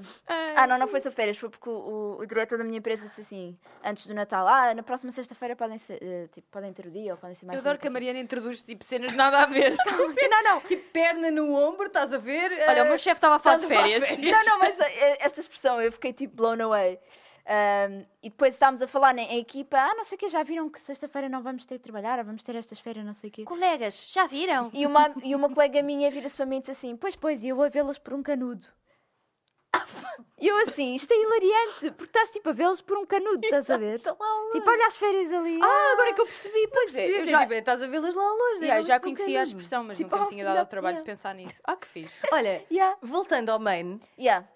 B: Ah, não, não foi sobre férias, foi porque o, o- o diretor da minha empresa disse assim, antes do Natal, ah, na próxima sexta-feira podem, ser, eh, tipo, podem ter o dia ou podem ser mais.
A: Eu adoro que a
B: tarde."
A: Mariana introduz tipo cenas de nada a ver.
B: Não, não,
C: Tipo, perna no ombro, estás a ver?
A: Olha, o meu chefe estava a falar de
C: Estamos a falar de
A: férias.
B: Não, não, mas eh, esta expressão eu fiquei tipo blown away. Ahm, e depois estávamos a falar em, em equipa, ah, não sei o quê, já viram que sexta-feira não vamos ter de trabalhar, ou vamos ter estas feiras, não sei o quê.
D: Colegas, já viram?
B: E uma, e uma colega minha vira-se para mim e diz assim, pois, pois, e eu a vê-las por um canudo. E eu assim, isto é hilariante, porque estás tipo a vê-los por um canudo, estás a ver? Tipo, olha as férias ali.
A: Ah, agora é que eu percebi. Pois é, eu
C: Percebes?
A: já,
C: É, tipo, é, Estás a vê-las lá longe. é
A: yeah, eu
C: vê-las
A: já
C: com
A: conhecia a
C: carinho.
A: expressão, mas
B: Tipo,
A: nunca me
B: ah,
A: tinha dado ao
B: filhote,
A: trabalho de
B: yeah.
A: pensar nisso. Ah, que fixe.
C: Olha,
B: Yeah.
C: voltando ao main,
B: Yeah.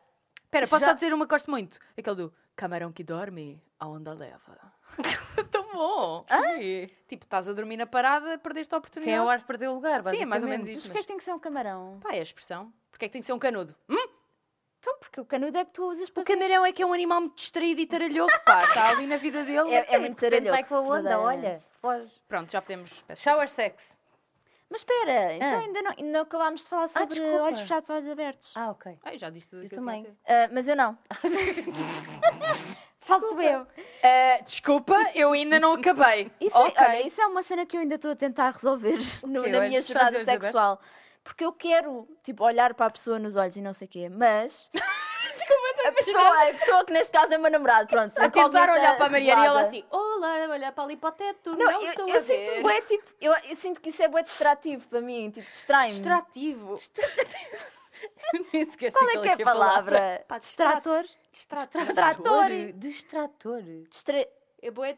A: Espera, posso
C: Já-
A: só dizer uma que gosto muito? Aquele do camarão que dorme, a onda leva. Tão bom. Tipo, estás a dormir na parada, perdeste a
C: quem é
A: oportunidade.
C: o ar perdeu o lugar,
A: Sim, é mais ou
C: basicamente.
A: menos
B: Mas
A: isto.
B: porquê
A: Mas,
B: que tem que ser um camarão?
A: pá, é a expressão. Porque é que tem que ser um canudo? Hum?
B: Então, porque o canudo é que tu usas para...
A: O camarão é que é um animal muito distraído e taralhoco, pá. Está ali na vida dele.
B: É, é muito
C: De repente
B: taralhoco,
C: vai com a onda, olha,
B: verdadeiramente.
C: foge.
A: Pronto, já podemos. peço desculpa.
C: Shower sex.
B: Mas espera, então
C: Ah.
B: ainda não, ainda não acabámos de falar sobre
C: desculpa.
B: olhos fechados, olhos abertos.
C: Ah, ok.
A: Ah, eu já disse tudo
C: Eu
A: o que eu
C: também.
A: tinha a dizer.
B: Ah, mas eu não. Falto eu.
A: Ah, desculpa, eu ainda não acabei.
B: Isso,
A: Ok.
B: é, olha, isso é uma cena que eu ainda estou a tentar resolver no-
C: Ok,
B: na minha
C: olhos
B: jornada
C: fechados, olhos abertos?
B: sexual. Porque eu quero, tipo, olhar para a pessoa nos olhos e não sei o quê, mas... a pessoa, a pessoa que neste caso é o meu namorado, pronto.
A: a tentar
B: atualmente
A: olhar
B: é
A: para a Mariana e ela
B: namorada.
A: assim, olá, olha para ali para o teto, não,
B: Não, eu,
A: estou
B: eu
A: a
B: sinto
A: ver.
B: bué, tipo, eu, eu sinto que isso é bué distrativo para mim, tipo, distrai-me.
A: Distrativo.
C: Nem esqueci
B: Qual
A: tipo,
B: é que é a palavra?
A: Pá, distra-
B: Distrator?
A: Distrator.
B: Distrator.
C: Distrator.
B: Distra...
A: É boé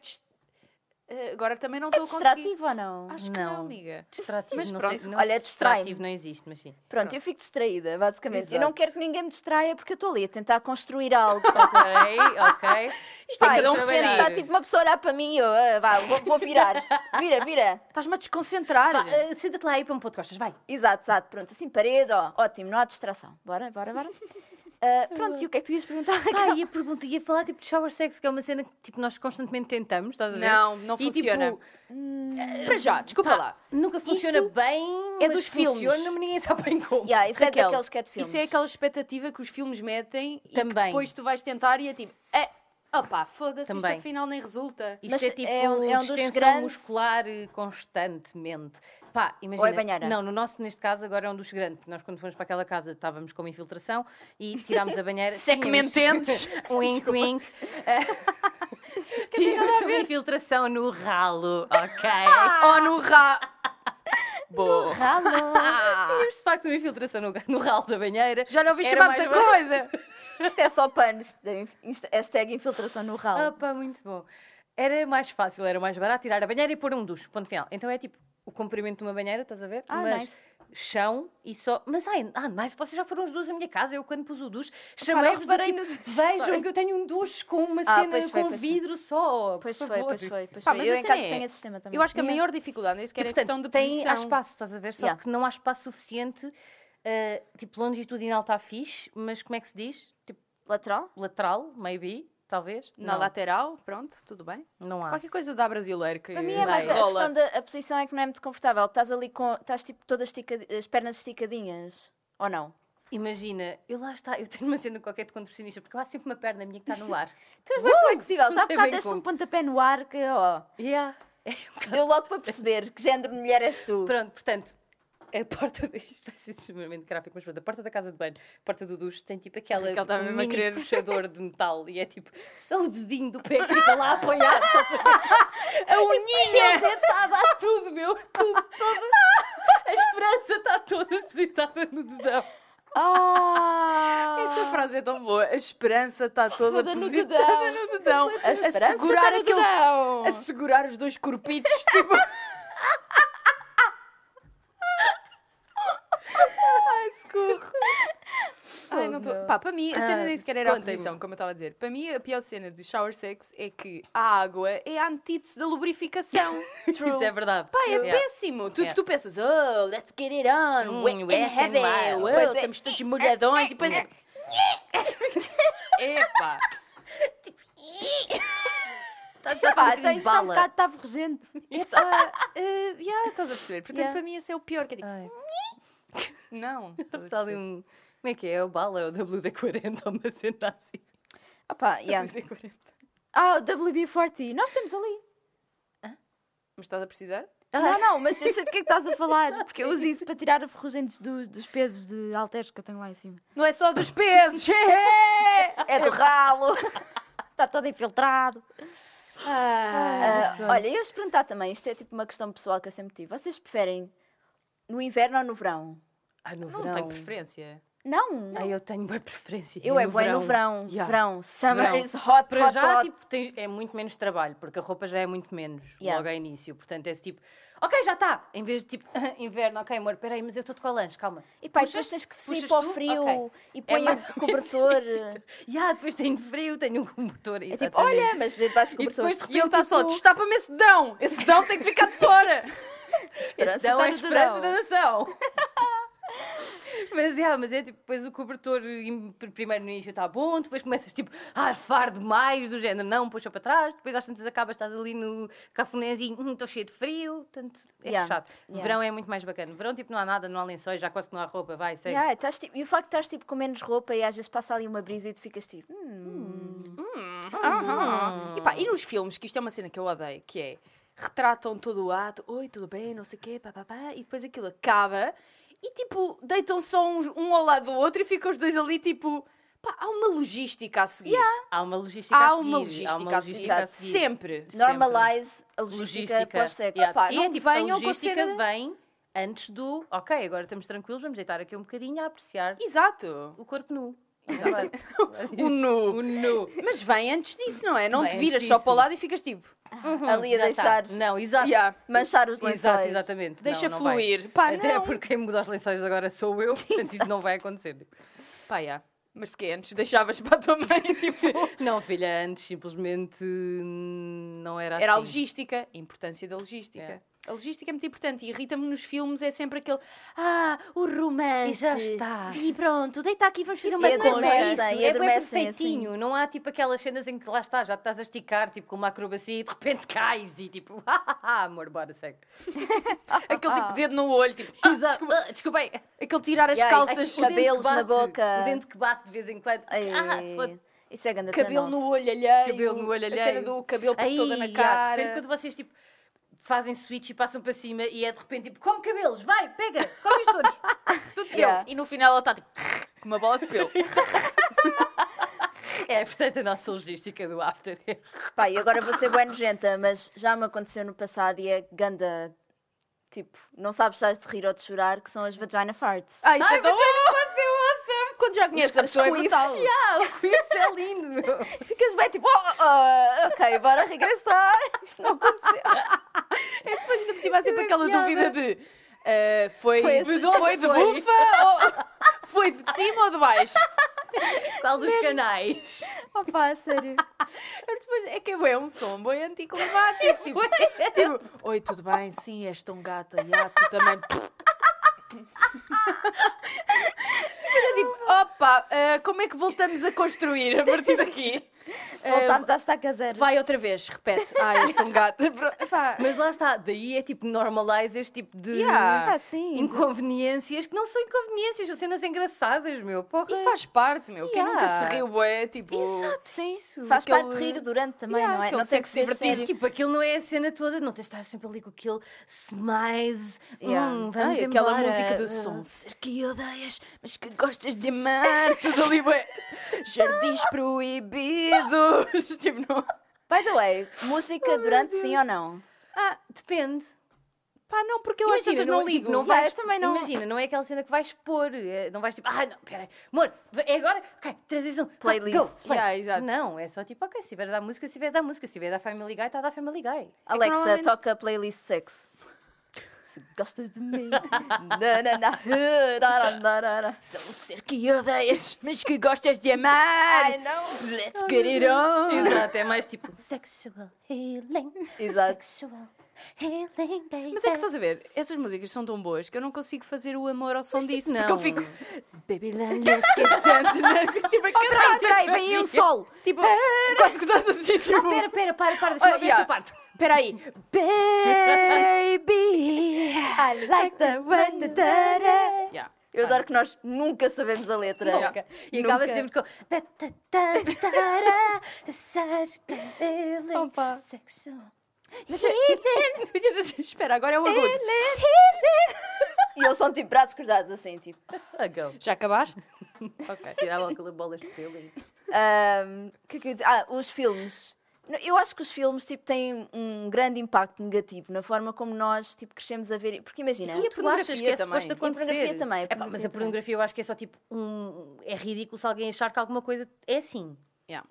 A: Eh, Agora também não
B: É
A: estou a conseguir.
B: distrativo ou não?
A: Acho que não,
C: Não.
A: amiga.
C: Distrativo.
A: Mas
C: não
A: pronto,
C: sei, não
B: olha, é distrai-me.
C: distrativo não existe, mas sim.
B: Pronto, eu fico distraída, basicamente. Eu não
C: Exato.
B: quero que ninguém me distraia porque eu estou ali a tentar construir algo. Estás a ver?
C: Ok, ok.
A: Isto é
B: Ai,
A: cada um
B: de
A: por
B: repente
A: si.
B: Está tipo uma pessoa a olhar para mim e eu, ah, vá, vou, vou virar. Vira, vira.
A: Estás-me a desconcentrar.
C: Pá, eh, Senta-te lá aí para um pão de costas, vai.
B: Exato, exato. Pronto, assim, parede, ó. Ótimo, não há distração. Bora, bora, bora. Ah, pronto, e o que é que tu ias perguntar?
C: Ah, e a pergunta, ia falar tipo de shower sex, que é uma cena que tipo, nós constantemente tentamos, estás a ver?
A: Não, não
C: E,
A: funciona.
C: tipo,
A: Para já, desculpa
C: pá,
A: lá.
C: Nunca funciona
A: Isso
C: bem,
A: é
C: mas
A: dos filmes.
C: funciona, mas ninguém sabe bem como.
B: Yeah, isso
A: Raquel,
B: é daqueles cat films.
A: Isso é aquela expectativa que os filmes metem e que
C: Também.
A: depois tu vais tentar e é tipo, é, opá, foda-se, isto
C: Também.
A: afinal nem resulta.
C: Isto
B: Mas
C: é tipo
B: é um- é um dos
C: distensão
B: grandes-
C: muscular eh, constantemente. Pá, imagina.
B: banheira?
C: Não, no nosso, neste caso, agora é um dos grandes. porque Nós, quando fomos para aquela casa, estávamos com uma infiltração e tirámos a banheira. tínhamos-
A: Segmententes.
C: wink, wink. Eh, Tínhamos uma infiltração no ralo, ok?
A: Ou no ra... Boa.
C: Tínhamos, de facto, uma infiltração no, no ralo da banheira.
A: Já não ouvi
C: Era
A: chamar
C: mais
A: muita
C: uma-
A: coisa.
B: Isto é só pano. Isto- Hashtag infiltração no
C: Ah,
B: ralo.
C: pá, muito bom. Era mais fácil, era mais barato tirar a banheira e pôr um duche, ponto final. Então é tipo, o comprimento de uma banheira, estás a ver?
B: Ah,
C: mas
B: nice.
C: chão e só. Mas ai, ah, nice, vocês já foram os duas à minha casa, eu quando pus o duche,
B: Pá, não
C: chamei-vos do
B: reparei
C: tipo,
B: no duche,
C: vejam
B: sorry.
C: que eu tenho um duche com uma
B: Ah,
C: cena
B: pois foi,
C: com
B: pois foi.
C: vidro só.
B: Pois
C: por
B: foi,
C: favor.
B: pois foi, pois
A: Pá,
B: foi.
A: mas
B: Eu
A: a
B: em
A: cena
B: casa
A: é-
B: tenho esse sistema também.
A: Eu acho que a
B: Yeah.
A: maior dificuldade nem sequer é
C: E,
A: questão de
C: portanto, tem, há
A: posição.
C: espaço, estás a ver? Só
B: Yeah.
C: que não há espaço suficiente. eh, tipo, longitudinal está fixe, mas como é que se diz? Tipo,
B: Lateral?
C: lateral, maybe, talvez.
A: Na
C: não,
A: lateral, pronto, tudo bem.
C: não há.
A: Qualquer coisa da brasileira que
B: Para mim é mais a questão da a posição é que não é muito confortável. Estás ali com. Estás tipo todas estica- as pernas esticadinhas. Ou não?
C: Imagina, eu lá está, eu tenho uma cena qualquer de contorcionista, porque há sempre uma perna minha que está no ar.
B: Tu és bem flexível.
C: não
B: é Já há
C: sei
B: bocado
C: bem
B: deste
C: como.
B: um pontapé no ar que. ó,
C: yeah.
B: deu logo para perceber que género de mulher és tu.
C: Pronto, portanto, a porta de... isto vai ser extremamente gráfico, mas pronto, a porta da casa de banho, a porta do duche, tem tipo aquela
A: Raquel estava tá mesmo a
C: mini
A: querer.
C: puxador de metal e é tipo, só o dedinho do pé que fica lá apoiado, estás a ver? A
A: É.
C: unhinha! está tá a dar tudo, meu, tudo, toda... A esperança está toda depositada no dedão.
B: Ah!
A: Esta frase é tão boa. A esperança está toda
B: Toda no
A: depositada no dedão.
B: A esperança
A: segurar
B: está no
A: aquele-
B: dedão.
A: A segurar os dois corpitos, tipo. Ai, socorro. Ai, não tô...
C: meu.
A: Pá, para mim, a cena
C: Ah,
A: nem sequer era a
C: contem-me.
A: posição, como eu estava a dizer. Para mim, a pior cena de shower sex é que a água é a antítese da lubrificação.
C: Isso é verdade.
A: Pá, é
C: Yeah.
A: péssimo. Tu,
C: Yeah.
A: tu pensas, oh, let's get it on,
C: Hum,
A: wet,
C: wet
A: and
C: and
A: heavy,
C: wild.
A: oh,
C: Pois é.
A: estamos todos molhadões, e depois...
B: é.
A: é-
C: É. Epá.
A: Tipo,
C: Tá,
B: Pá, tens está um bocado está vergente.
A: Ah, eh, yeah, estás a perceber. Portanto,
B: Yeah.
A: para mim, esse é o pior. Que é tipo,
C: Ai,
A: não. estás a
C: está ali
A: perceber.
C: um... Como é que é? É o bala, é o WD-40, uma cena assim.
B: Ah, pá, yeah.
C: é.
B: Ah, o WB40. Nós temos ali.
A: Mas estás a precisar?
C: Ah.
B: Não, não, mas eu sei do que é que estás a falar. porque eu uso isso para tirar a ferrugem dos- dos, dos pesos de halteres que eu tenho lá em cima.
A: Não é só dos pesos!
B: É do ralo. Está todo infiltrado.
A: Ah,
B: Ah, olha, eu ia te perguntar também, isto é tipo uma questão pessoal que eu sempre tive. Vocês preferem no inverno ou no verão?
C: Ai, no
A: não tenho preferência.
B: Não.
C: Ai, eu tenho bem preferência.
B: Eu é bué no verão.
C: Yeah.
B: Verão. Summer
C: Verão.
B: is hot,
C: Para
B: hot,
C: já,
B: hot.
C: tipo, tem- é muito menos trabalho, porque a roupa já é muito menos
B: Yeah.
C: logo a início. Portanto, é tipo, ok, já está. Em vez de tipo, inverno, ok, amor, peraí, mas eu estou de colãs, calma.
B: E pá, e
C: puxas-
B: depois tens que sair
C: puxas
B: para o
C: tu?
B: frio
C: Ok.
B: e põe
C: mais
B: o
C: ou menos
B: cobertor.
C: isto. é Yeah, depois tenho frio, tenho um cobertor.
B: É tipo, olha, mas vê debaixo do
C: E
B: cobertor.
C: depois de
A: E ele está
C: repente,
A: só,
C: tipo,
A: destapa-me esse dão! Esse dão tem que ficar de fora!
B: esperança
C: Esse dão
B: está
C: é a
B: no
C: esperança
B: dedão.
C: da nação. Mas, yeah, mas é tipo, depois o cobertor im- pr- primeiro no início está bom, depois começas tipo, a arfar demais, do género, não, puxa para trás, depois às tantas acabas, estás ali no cafunézinho, hum, estou cheio de frio, portanto é
B: Yeah,
C: chato.
B: yeah.
C: Verão é muito mais bacana. Verão tipo não há nada, não há lençóis, já quase que não há roupa, vai, segue.
B: Yeah, estás, tipo, e o facto de estás tipo, com menos roupa e às vezes passa ali uma brisa e tu ficas tipo. "Hum,
A: Aham. E pá, e nos filmes, que isto é uma cena que eu odeio, que é retratam todo o ato, oi, tudo bem, não sei o quê, pá, pá, pá, e depois aquilo acaba e tipo, deitam só uns- um ao lado do outro e ficam os dois ali tipo, pá, há uma logística a seguir.
C: Há uma logística a
A: Há
C: seguir.
A: uma logística,
C: uma
A: a seguir.
C: logística a seguir.
A: Sempre.
B: Normalize a logística,
C: Logística.
B: pós-sexo.
C: Yeah.
A: Pá,
C: e
A: não
C: é tipo, a
A: venham com a
C: logística
A: cena de-
C: vem antes do, ok, agora estamos tranquilos, vamos deitar aqui um bocadinho a apreciar
A: Exato.
C: o corpo nu.
A: Exato.
C: Exato.
A: O nu.
C: o nu.
A: Mas vem antes disso, Ah, não é? Não
C: Vem
A: te
C: antes
A: viras só
C: disso.
A: para o lado e ficas tipo,
B: ali a
C: já tá.
B: deixar
C: Não, exato.
A: yeah,
B: manchar os lençóis.
C: Exato, exatamente.
A: deixa
C: Ah, Não, não vai.
A: fluir. Pá,
C: Até
A: não.
C: porque quem muda os lençóis agora sou eu, portanto isso não vai acontecer.
A: Pá, yeah. Mas porque antes deixavas para a tua mãe, tipo...
C: Não, filha, antes simplesmente não era assim.
A: Era a logística, a importância da logística.
C: É.
A: A logística é muito importante e irrita-me nos filmes, é sempre aquele ah, o romance.
C: E já está.
A: E pronto, deita aqui, vamos fazer
B: E
A: uma
B: é
C: Mas não é
A: concha.
B: adormece.
C: isso,
B: adormecem, assim.
C: é bem
B: adormecem
C: perfeitinho. Não há tipo aquelas cenas em que lá está, já te estás a esticar, tipo com uma acrobacia e de repente cais e tipo, ah, amor, bora, segue.
A: Aquele tipo dedo no olho, tipo, ah,
C: Exato.
A: desculpa.
C: Ah, desculpa aí.
A: aquele tirar as
B: Yeah,
A: calças,
B: aqui o cabelo. Cabelos
C: O dente que
B: na
C: bate,
B: boca.
C: O dente que bate de vez em quando.
B: Ai,
C: Ah, foda-se.
B: isso é grande
A: cabelo
B: turn off.
A: no olho alheio,
C: Cabelo no olho
A: a cena
C: alheio.
A: do cabelo por
C: Aí,
A: toda na
C: já,
A: cara.
C: De repente, quando vocês tipo, fazem switch e passam para cima e é de repente tipo, come cabelos, vai, pega, come isto todos. Tudo teu.
B: Yeah.
A: E no final ela
C: tá,
A: está tipo, com uma bola de pelo.
C: É, portanto, a nossa logística do after. é-
B: Pá, e agora vou ser bué nojenta, mas já me aconteceu no passado e é ganda. Tipo, não sabes se has de rir ou de chorar, que são as vagina farts.
A: Ah, isso
C: Ai,
A: é tão
C: mas
A: bom! Quando quando já conheces a
B: Os- os
A: pessoa é
B: coifes.
A: brutal.
C: Isso é lindo, meu.
B: Ficas bem tipo, oh, oh, ok, bora regressar. Isto não aconteceu.
A: E depois ainda por cima há sempre aquela dúvida de eh, foi,
B: Foi
A: foi,
B: assim
A: de,
B: que
A: foi de
B: foi.
A: bufa ou foi de cima ou de baixo?
C: Qual dos canais?
B: Opa, a sério.
A: Mas depois é que é bué um som boi anticlimático. Tipo, tipo, oi, tudo bem? Sim, és tão gata. Ya, tu também. Mas é tipo, opa, eh, como é que voltamos a construir a partir daqui? Eh,
B: Voltámos à estaca zero.
A: vai outra vez, repete. Ai, és tão gata. Pronto, pá.
C: Mas lá está, daí é tipo normalize este tipo de
A: Yeah.
B: Ah, sim.
C: inconveniências que não são inconveniências, são cenas engraçadas, meu. Porra.
A: E faz parte, meu. Quem nunca
C: Yeah.
A: se riu, bué, tipo.
C: Exato, sim. Isso. é
B: Faz
A: aquele-
B: parte de rir durante também,
A: Yeah,
B: não é?
A: aquele
B: Não tem que
A: sexo
B: ser
A: divertido.
B: sério.
C: Tipo, aquilo não é a cena toda, não tens de estar sempre ali com aquele smiles.
B: Yeah.
C: Hum, vamos
A: Ai, aquela
C: embora. Ah.
A: música do som ser que odeias, mas que gostas de amar, tudo ali, bué. Jardins proibidos. Tipo, não.
B: By the way, música durante sim ou não?
C: Ah, depende.
A: Pá, não, porque eu
C: Imagina,
A: às tantas
C: não
A: não,
C: é tipo,
A: ligo.
C: não
B: Yeah,
C: vais-
B: eu também não.
C: Imagina, não é aquela cena que vais pôr. é, Não vais tipo, ah, não, peraí, amor, é agora, ok, 3, 2, 1,
B: Playlist.
A: Yeah, exato.
C: Não, é só tipo, ok, se tiver a dar música, se tiver a dar música, se tiver a dar Family Guy, está a dar Family Guy.
B: Alexa,
A: normalmente-
B: toca playlist sexo. Se gostas de mim. na, na, na, na, na, na, na, na.
A: São um ser que odeias, mas que gostas de amar.
B: Ai, não.
A: Let's get it on.
C: Exato, é mais tipo, sexual healing,
B: Exato.
C: sexual healing, baby.
A: Mas é que estás a ver, essas músicas são tão boas que eu não consigo fazer o amor ao som
C: tipo,
A: disso.
C: não.
A: Porque eu fico. Baby, let us get down tonight. Tipo, a cantar.
B: Peraí, peraí, vem aí um solo.
A: Tipo, quase que estás assim, tipo.
C: Ah, pera, pera, para, para, deixa-me
A: Oh,
C: ouvir
A: yeah.
C: esta parte.
A: Peraí. Baby.
B: I like the way the da, da.
A: Yeah.
B: Eu adoro que nós nunca sabemos a letra.
C: Nunca. E acaba
B: Nunca.
C: sempre com. ta, ta, ta, ta, ra, sexual healing,
B: Opa.
C: sexual.
B: Mas é eu-
A: Eu disse assim, Espera, agora é o agudo.
B: E eles são tipo braços cruzados assim, tipo.
C: Ah, go.
A: Já acabaste? ok.
C: Tirava aquela bolas de peeling.
B: Ahm, que que eu ia dizer? Ah, os filmes. Não, Eu acho que os filmes tipo, têm um grande impacto negativo na forma como nós tipo, crescemos a ver. Porque
A: E a
B: imagina,
C: Tu achas que
A: pornografia
C: é
A: também.
C: suposto
A: E a
C: acontecer?
B: pornografia também, a
C: Epá,
B: pornografia
C: mas a
B: também.
C: pornografia eu acho que é só tipo um... É ridículo se alguém achar que alguma coisa é assim.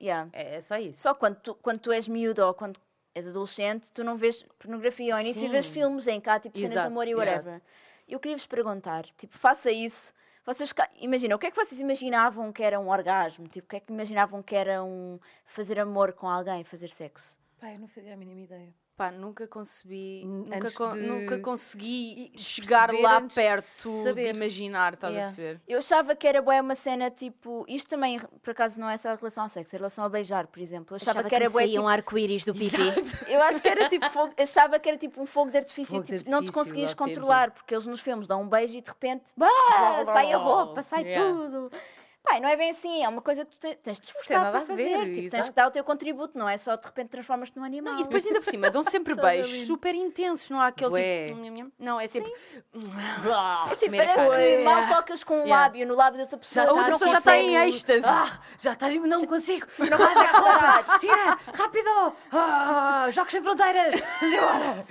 B: yeah.
C: É, é só isso.
B: só quando tu, quando tu és miúdo ou quando és adolescente, tu não vês pornografia ao início e vês
C: Sim.
B: filmes em cá, tipo cenas de
C: Exato,
B: amor e
C: exato.
B: whatever. Eu queria vos perguntar, tipo, faça isso. Vocês, ca- imagina, o que é que vocês imaginavam que era um orgasmo? Tipo, o que é que imaginavam que era um fazer amor com alguém, fazer sexo?
C: Pá, eu não fazia a mínima ideia.
A: Pá, nunca concebi,
C: N-
A: nunca,
C: antes
A: con-
C: de
A: nunca consegui chegar
C: perceber,
A: lá
C: antes de
A: perto de,
C: saber.
A: imaginar, estás
C: Yeah.
A: a perceber?
B: Eu achava que era bué uma cena tipo. Isto também, por acaso, não é só em relação ao sexo, é em relação a beijar, por exemplo. Eu achava,
D: Achava
B: que era bué.
D: saía um
B: Tipo,
D: arco-íris do pipi.
B: eu acho que era tipo fogo, achava que era tipo um fogo de artifício,
C: Fogo de
B: tipo, não te
C: artifício,
B: conseguias
C: autêntico.
B: controlar, porque eles nos filmes dão um beijo e de repente bah, sai a roupa, sai
C: Yeah.
B: tudo. Pai, não é bem assim, é uma coisa que tu te- tens de te
C: tem
B: esforçar
C: nada
B: para
C: a
B: fazer,
C: ver,
B: tipo, tens
C: exato.
B: que dar o teu contributo, não é só de repente transformas-te num animal.
A: Não, e depois ainda por cima, dão sempre
C: Toda
A: beijos
C: linda.
A: super intensos, não há aquele
C: Bué.
A: tipo... nham, nham. Não, é tipo...
C: É
B: Tipo, parece que
A: Oi,
B: mal
A: é.
B: tocas com um
C: Yeah.
B: lábio no lábio de outra pessoa.
C: Já tá
A: a
B: tu
A: outra
B: não
A: pessoa já está em
B: consegues- tipo,
A: êxtase.
C: Ah, já estás... Não consigo.
B: Não consegues parar. tipo,
C: Tira, rápido. Ah, jogos sem fronteiras. Vamos embora.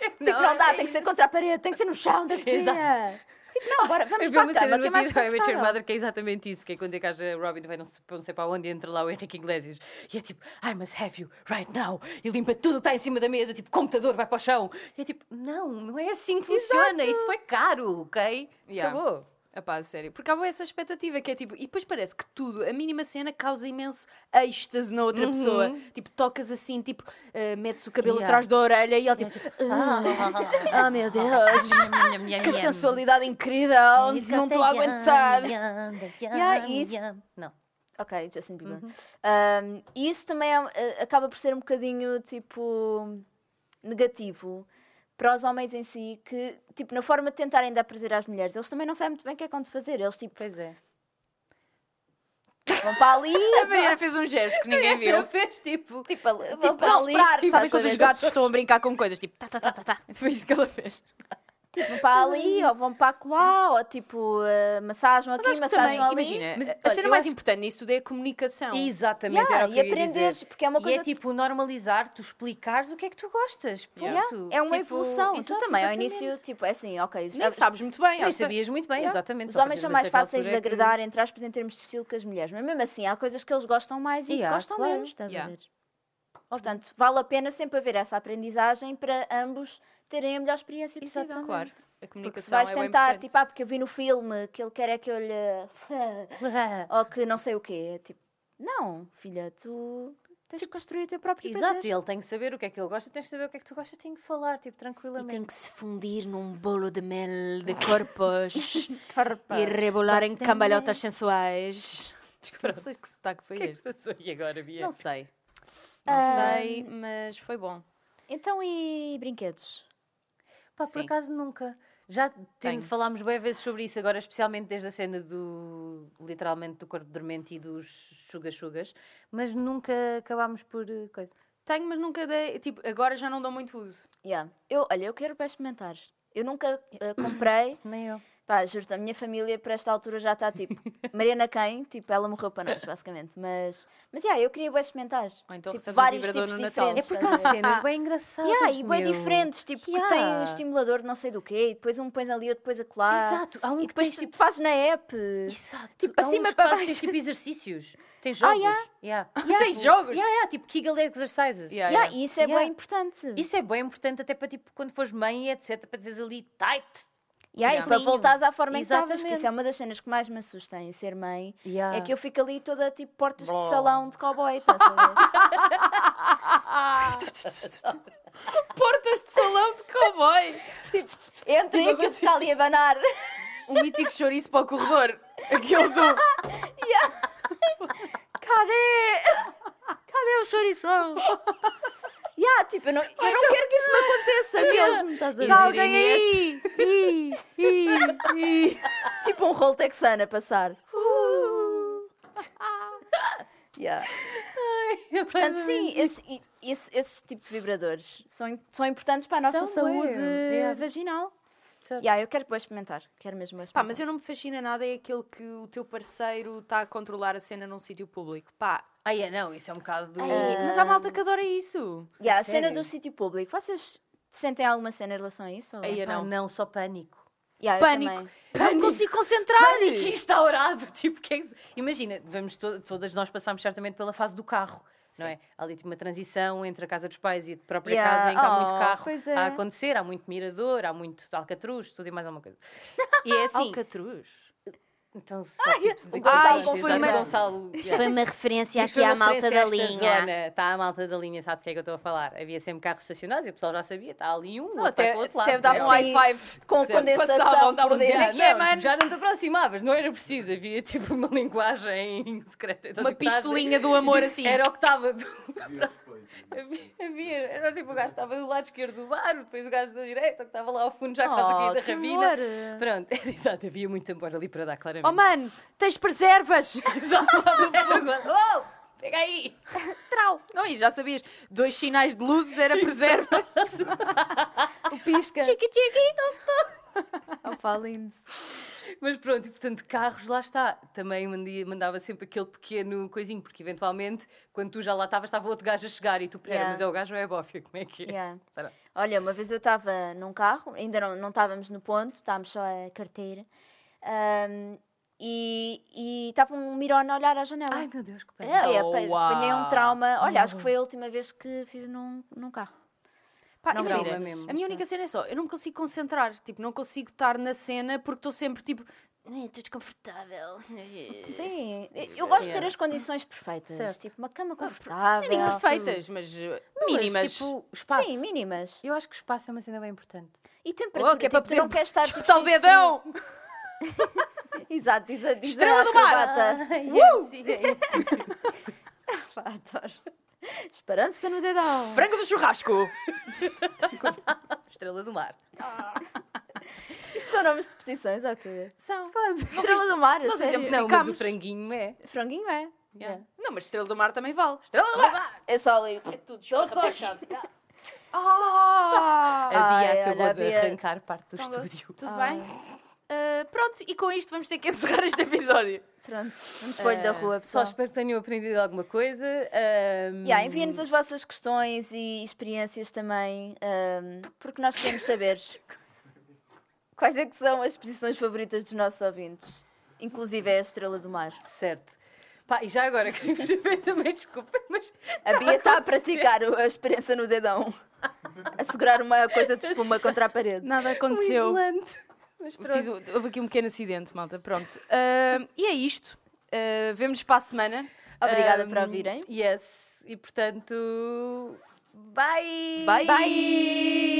B: Tipo, não,
C: é
B: dá, tem que ser contra a parede, tem que ser no chão da cozinha. Tipo, não, agora vamos
C: Eu vi
B: para a
C: uma cena
B: cama,
C: no
B: que é mais
C: Tio How I Met Your
B: confortável.
C: Mother que é exatamente isso, que é quando é que a Robin vai não sei, não sei para onde e entra lá o Henrique Iglesias. E é tipo, I must have you right now. E limpa tudo que está em cima da mesa, tipo, computador vai para o chão. E é tipo, não, não é assim que funciona. Isso foi caro, ok?
A: Yeah.
C: Acabou.
A: Epá, a sério. Porque há bué essa expectativa que é tipo... E depois parece que tudo, a mínima cena, causa imenso êxtase na outra
C: Uhum.
A: pessoa. Tipo, tocas assim, tipo, eh, metes o cabelo
C: Yeah.
A: atrás da orelha e ela tipo... Ah, meu Deus, que sensualidade incrível, não estou a aguentar.
B: Yeah, isso.
C: Não.
B: Ok, Justin Bieber.
C: Uhum.
B: Um, e isso também é- eh, acaba por ser um bocadinho, tipo, negativo para os homens em si, que, tipo, na forma de tentarem dar prazer às mulheres, eles também não sabem muito bem o que é que vão de fazer. Eles, tipo,
C: Pois é.
B: vão para ali,
A: A Mariana fez um gesto que ninguém viu.
C: Eu fez tipo.
B: tipo, ali- vão
C: Tipo,
B: para
C: ali,
B: soprar,
A: Sabem
B: sabes a
A: quando os
B: ver?
A: gatos estão a brincar com coisas? Tipo, tá, tá,
D: Tá, tá, tá, tá.
A: foi isto que ela fez.
B: Tipo, para
C: é
B: ali, ou vão para lá, ou tipo, eh, massagem
A: Mas acho
B: aqui,
A: que
B: massagem
A: também,
B: ali.
A: imagina,
C: Mas,
A: a
C: olha,
A: cena
C: eu
A: mais
C: acho-
A: importante nisso tudo é a comunicação.
C: Exatamente,
B: Yeah,
C: era o que
B: e
C: eu ia
B: aprenderes,
C: dizer.
B: porque é uma
C: E
B: coisa
C: é tipo normalizar, tu explicares o que é que tu gostas. Ponto.
A: Yeah.
B: É uma
C: Tipo,
B: evolução. tu
C: exato,
B: também, ao
C: exatamente.
B: início, tipo, é assim, ok.
A: Nem
B: já-
A: Ah, sabes muito bem.
C: Nem
A: acho que-
C: sabias muito bem,
A: Yeah.
C: exatamente.
B: Os
C: É só a
B: homens
C: partir
B: são
C: de uma
B: mais
C: certa
B: fáceis de
C: altura é que-
B: agradar, entre aspas, em termos de estilo que as mulheres. Mas mesmo assim, há coisas que eles gostam mais e
C: Yeah,
B: que gostam
C: claro.
B: menos, estás
A: Yeah.
B: a ver? Portanto, vale a pena sempre haver essa aprendizagem para ambos terem a melhor experiência possível.
C: Exatamente.
A: É Claro, a
B: Porque se
A: comunicação
B: vais
A: é bem
B: tentar,
A: importante.
B: tipo, ah, porque eu vi no filme que ele quer é que eu lhe... ou que não sei o quê, é tipo, não, filha, tu tens de construir o teu próprio
C: Tipo, Exato,
B: prazer.
C: e ele tem que saber o que é que ele gosta, tens de saber o que é que tu gostas, tem que falar,
A: ah,
C: tipo,
D: E tem
C: tranquilamente.
D: que se fundir num bolo de mel de corpos
C: Carpa.
D: e
B: é
D: rebolar em
C: Bastante.
D: cambalhotas sensuales.
A: Desculpa, não sei que é? sotaque foi
C: O que é que
A: este.
C: se passou aqui agora, Bia?
A: Não sei. Não
B: Ah,
A: sei, mas foi bom.
B: Então, e brinquedos?
C: Pá,
A: Sim.
C: por acaso nunca. Já te-
A: Tenho.
C: falámos bem vezes sobre isso, agora especialmente desde a cena do, literalmente, do corpo dormente e dos chugas-chugas, mas nunca acabámos por eh, coisa.
A: Tenho, mas nunca dei. Tipo, agora já não dou muito uso.
B: Yeah. Eu, olha, eu quero para experimentar. Eu nunca eh, comprei,
C: Nem eu.
B: pá, juro a minha família para esta altura já está tipo, Mariana quem? Tipo, ela morreu para nós, basicamente. Mas, mas yeah, eu queria bem experimentar.
A: Ou então
B: Tipo,
A: recebes um
B: vários
A: vibrador
B: tipos
A: no Natal.
C: É
B: diferentes.
C: porque há cenas bem engraçadas,
B: Yeah, e bem
C: meu.
B: diferentes, tipo, que tem um
C: Yeah.
B: estimulador de não sei do quê, e depois um pões ali, outro depois a colar.
C: Exato, há um
B: E
C: que
B: depois
C: tens,
B: tu
C: tipo...
B: te fazes na app.
C: Exato.
B: tipo,
C: há
B: acima
C: uns que
B: para
C: fazem,
B: baixo.
C: tipo exercícios. Tem jogos.
B: yeah.
C: yeah.
B: Yeah.
A: Tem jogos?
C: Yeah, yeah, tipo Kegel exercises.
A: Yeah,
B: Yeah, e isso é
C: Yeah.
B: bem importante.
C: Isso é bem importante até para tipo quando fores mãe e etc, para dizeres ali tight.
B: Yeah,
A: Yeah.
B: E para voltares à forma em que estavas, que
C: é Exatamente. Ah.
B: isso é uma das cenas que mais me assusta em ser mãe.
C: Yeah.
B: É que eu fico ali toda tipo portas
A: Bom.
B: de salão de cowboy, estás a ver?
A: Portas de salão de cowboy.
B: Entre e aquilo que está ali a banar.
A: um mítico chouriço para o corredor. Aquele do.
B: Cadê? Cadê o chourição? yeah, tipo, eu não, eu não quero que isso me aconteça mesmo, estás a ver?
A: Tá
D: Alguém aí! Ih, ih.
B: Tipo um rolo texano a passar.
C: Uh.
B: Yeah. Portanto, sim, esses, e- esse, esse tipo de vibradores são, im- são importantes para a nossa
C: São
B: saúde eh,
C: mesmo, yeah.
B: vaginal.
C: Certo.
B: Yeah, eu quero depois experimentar. Quero mesmo bué
A: Pá,
B: experimentar.
A: mas eu não me fascina nada, é aquele que o teu parceiro está a controlar a cena num sítio público. Pá,
C: Ah, é, não, isso é um bocado do...
A: ei, mas há malta que adora isso.
B: Yeah, a
C: Sério?
B: cena do sítio público. Vocês sentem alguma cena em relação a isso? ou-
A: Aí eu
C: não.
A: não.
C: Ah, não, só pânico.
B: Yeah, eu
A: Pânico.
B: também.
A: Não consigo concentrar!
C: Pânico instaurado, tipo, que é isso? Imagina, vamos to- todas nós passámos certamente pela fase do carro, não é? Há ali tipo uma transição entre a casa dos pais e a própria
B: Yeah,
C: casa em que há muito
B: oh,
C: carro
B: pois é.
C: a acontecer, há muito mirador, há muito alcatruz, tudo e mais alguma coisa. E é assim,
A: Alcatruz.
C: Então, só tipos de
B: o Gonçalo
C: coisas,
B: confundiu.
C: exato,
B: Gonçalo.
C: Gonçalo.
D: Isto foi uma referência
C: Isto foi
D: aqui à
C: uma
D: malta
C: referência a
D: da
C: esta
D: linha.
C: zona. Está a malta da linha, sabe de que é que eu estou a falar. Havia sempre carros estacionados e o pessoal já sabia, está ali um,
A: Não,
C: outro vai
A: até,
C: para o outro lado.
A: até dava um
C: não é?
B: Sim.
A: high five.
B: Com
A: Sempre
B: condensação
A: passavam,
C: um
B: por
A: davam-se
B: dentro.
A: grande.
B: Sim.
A: É,
C: Não,
A: mano.
C: já não te aproximavas, não era preciso, havia tipo uma linguagem secreta. Então,
A: Uma
C: tipo, estás-
A: pistolinha do amor assim.
C: Era o que estava. do- Havia, havia- era tipo o gajo que estava do lado esquerdo do bar, depois o gajo da direita que estava lá ao fundo já quase a
B: Oh,
C: cair da
B: que
C: rabina.
B: amor.
C: Pronto, era exato, havia muito amor ali para dar, claramente.
A: Oh mano, tens preservas!
C: Exato, estava para oh, Pega aí!
A: Trau! Não, e já sabias, dois sinais de luzes era preserva.
B: O pisca.
A: Chiqui, chiqui. então.
B: Opa, lindo.
C: Mas pronto, e portanto, carros, lá está. Também mandi- mandava sempre aquele pequeno coisinho, porque eventualmente, quando tu já lá estavas, estava outro gajo a chegar e tu, pera,
B: Yeah.
C: mas é o gajo ou é a bófia? Como é que é?
B: Yeah.
C: Espera.
B: Olha, uma vez eu estava num carro, ainda não, não estávamos no ponto, estávamos só a carteira, ahm, e e estava um mirona a olhar à janela.
C: Ai meu Deus, que
B: É,
C: pena.
B: é,
A: Oh,
B: pa-
A: uau.
B: apanhei um trauma. Olha, acho que foi a última vez que fiz num, num carro.
A: Pá,
B: Não
A: imagina,
C: dava mesmo.
A: a minha única cena é só, eu não me consigo concentrar, tipo, não consigo estar na cena porque estou sempre tipo,
D: Ai, Estou é, desconfortável.
B: Sim, eu gosto de ter
C: Yeah.
B: as condições perfeitas.
C: Certo.
B: Tipo, uma
A: Ah,
B: cama confortável.
A: Sim, perfeitas, mas uh, mínimas.
C: tipo, espaço.
B: Sim, mínimas.
C: Eu acho que espaço é uma cena bem importante.
B: E temperatura.
A: Oh, que é
B: tipo,
A: para
B: tu não
A: poder
B: queres estar tipo,
A: Espetar o
B: cheio de
A: dedão!
B: frio. Exato, diz a diz a
A: Estrela do mar!
B: acrobata.
C: Ai, é, sim, é.
B: Pá, adoro. Esperança no dedão.
A: Frango do churrasco!
C: Estrela do mar.
B: Isto são nomes de posições, ok.
A: São.
B: Estrela do mar, a
A: nós
B: sério.
A: dizemos
C: Não, mas o
A: Ficamos.
C: franguinho é.
B: Franguinho é. tipo,
A: Não, mas estrela do mar também vale. Estrela do mar!
B: É só ali.
A: Tudo
C: Só só.
A: Ah!
C: A Bia
B: Ai,
C: acabou
B: olha, a
C: de
B: Bia-
C: arrancar parte do
A: Então,
C: estúdio.
A: Tudo
B: Ai.
A: bem? Ah, pronto, e com isto vamos ter que encerrar este episódio.
B: Pronto, É. vamos para o olho da
A: Eh,
B: rua,
C: Só
B: pessoal.
C: espero que tenham aprendido alguma coisa. ahm,
B: Yeah, Enviem-nos as vossas questões e experiências também, ahm, porque nós queremos saber quais é que são as posições favoritas dos nossos ouvintes, inclusive é a Estrela do Mar.
C: Certo. Pá, e já agora, queria ver também, desculpa, mas
B: A Bia está a praticar o- a experiência no dedão, a segurar uma coisa de espuma contra a parede.
A: Nada
C: um
A: aconteceu.
C: isolante. Mas pronto.
A: Fiz, o- houve aqui um pequeno acidente, malta. Pronto. Ah, e é isto. Ah, Vemo-nos para a semana.
B: Obrigada
C: Ahm,
B: por ouvirem.
C: Yes. E portanto. Bye!
A: Bye.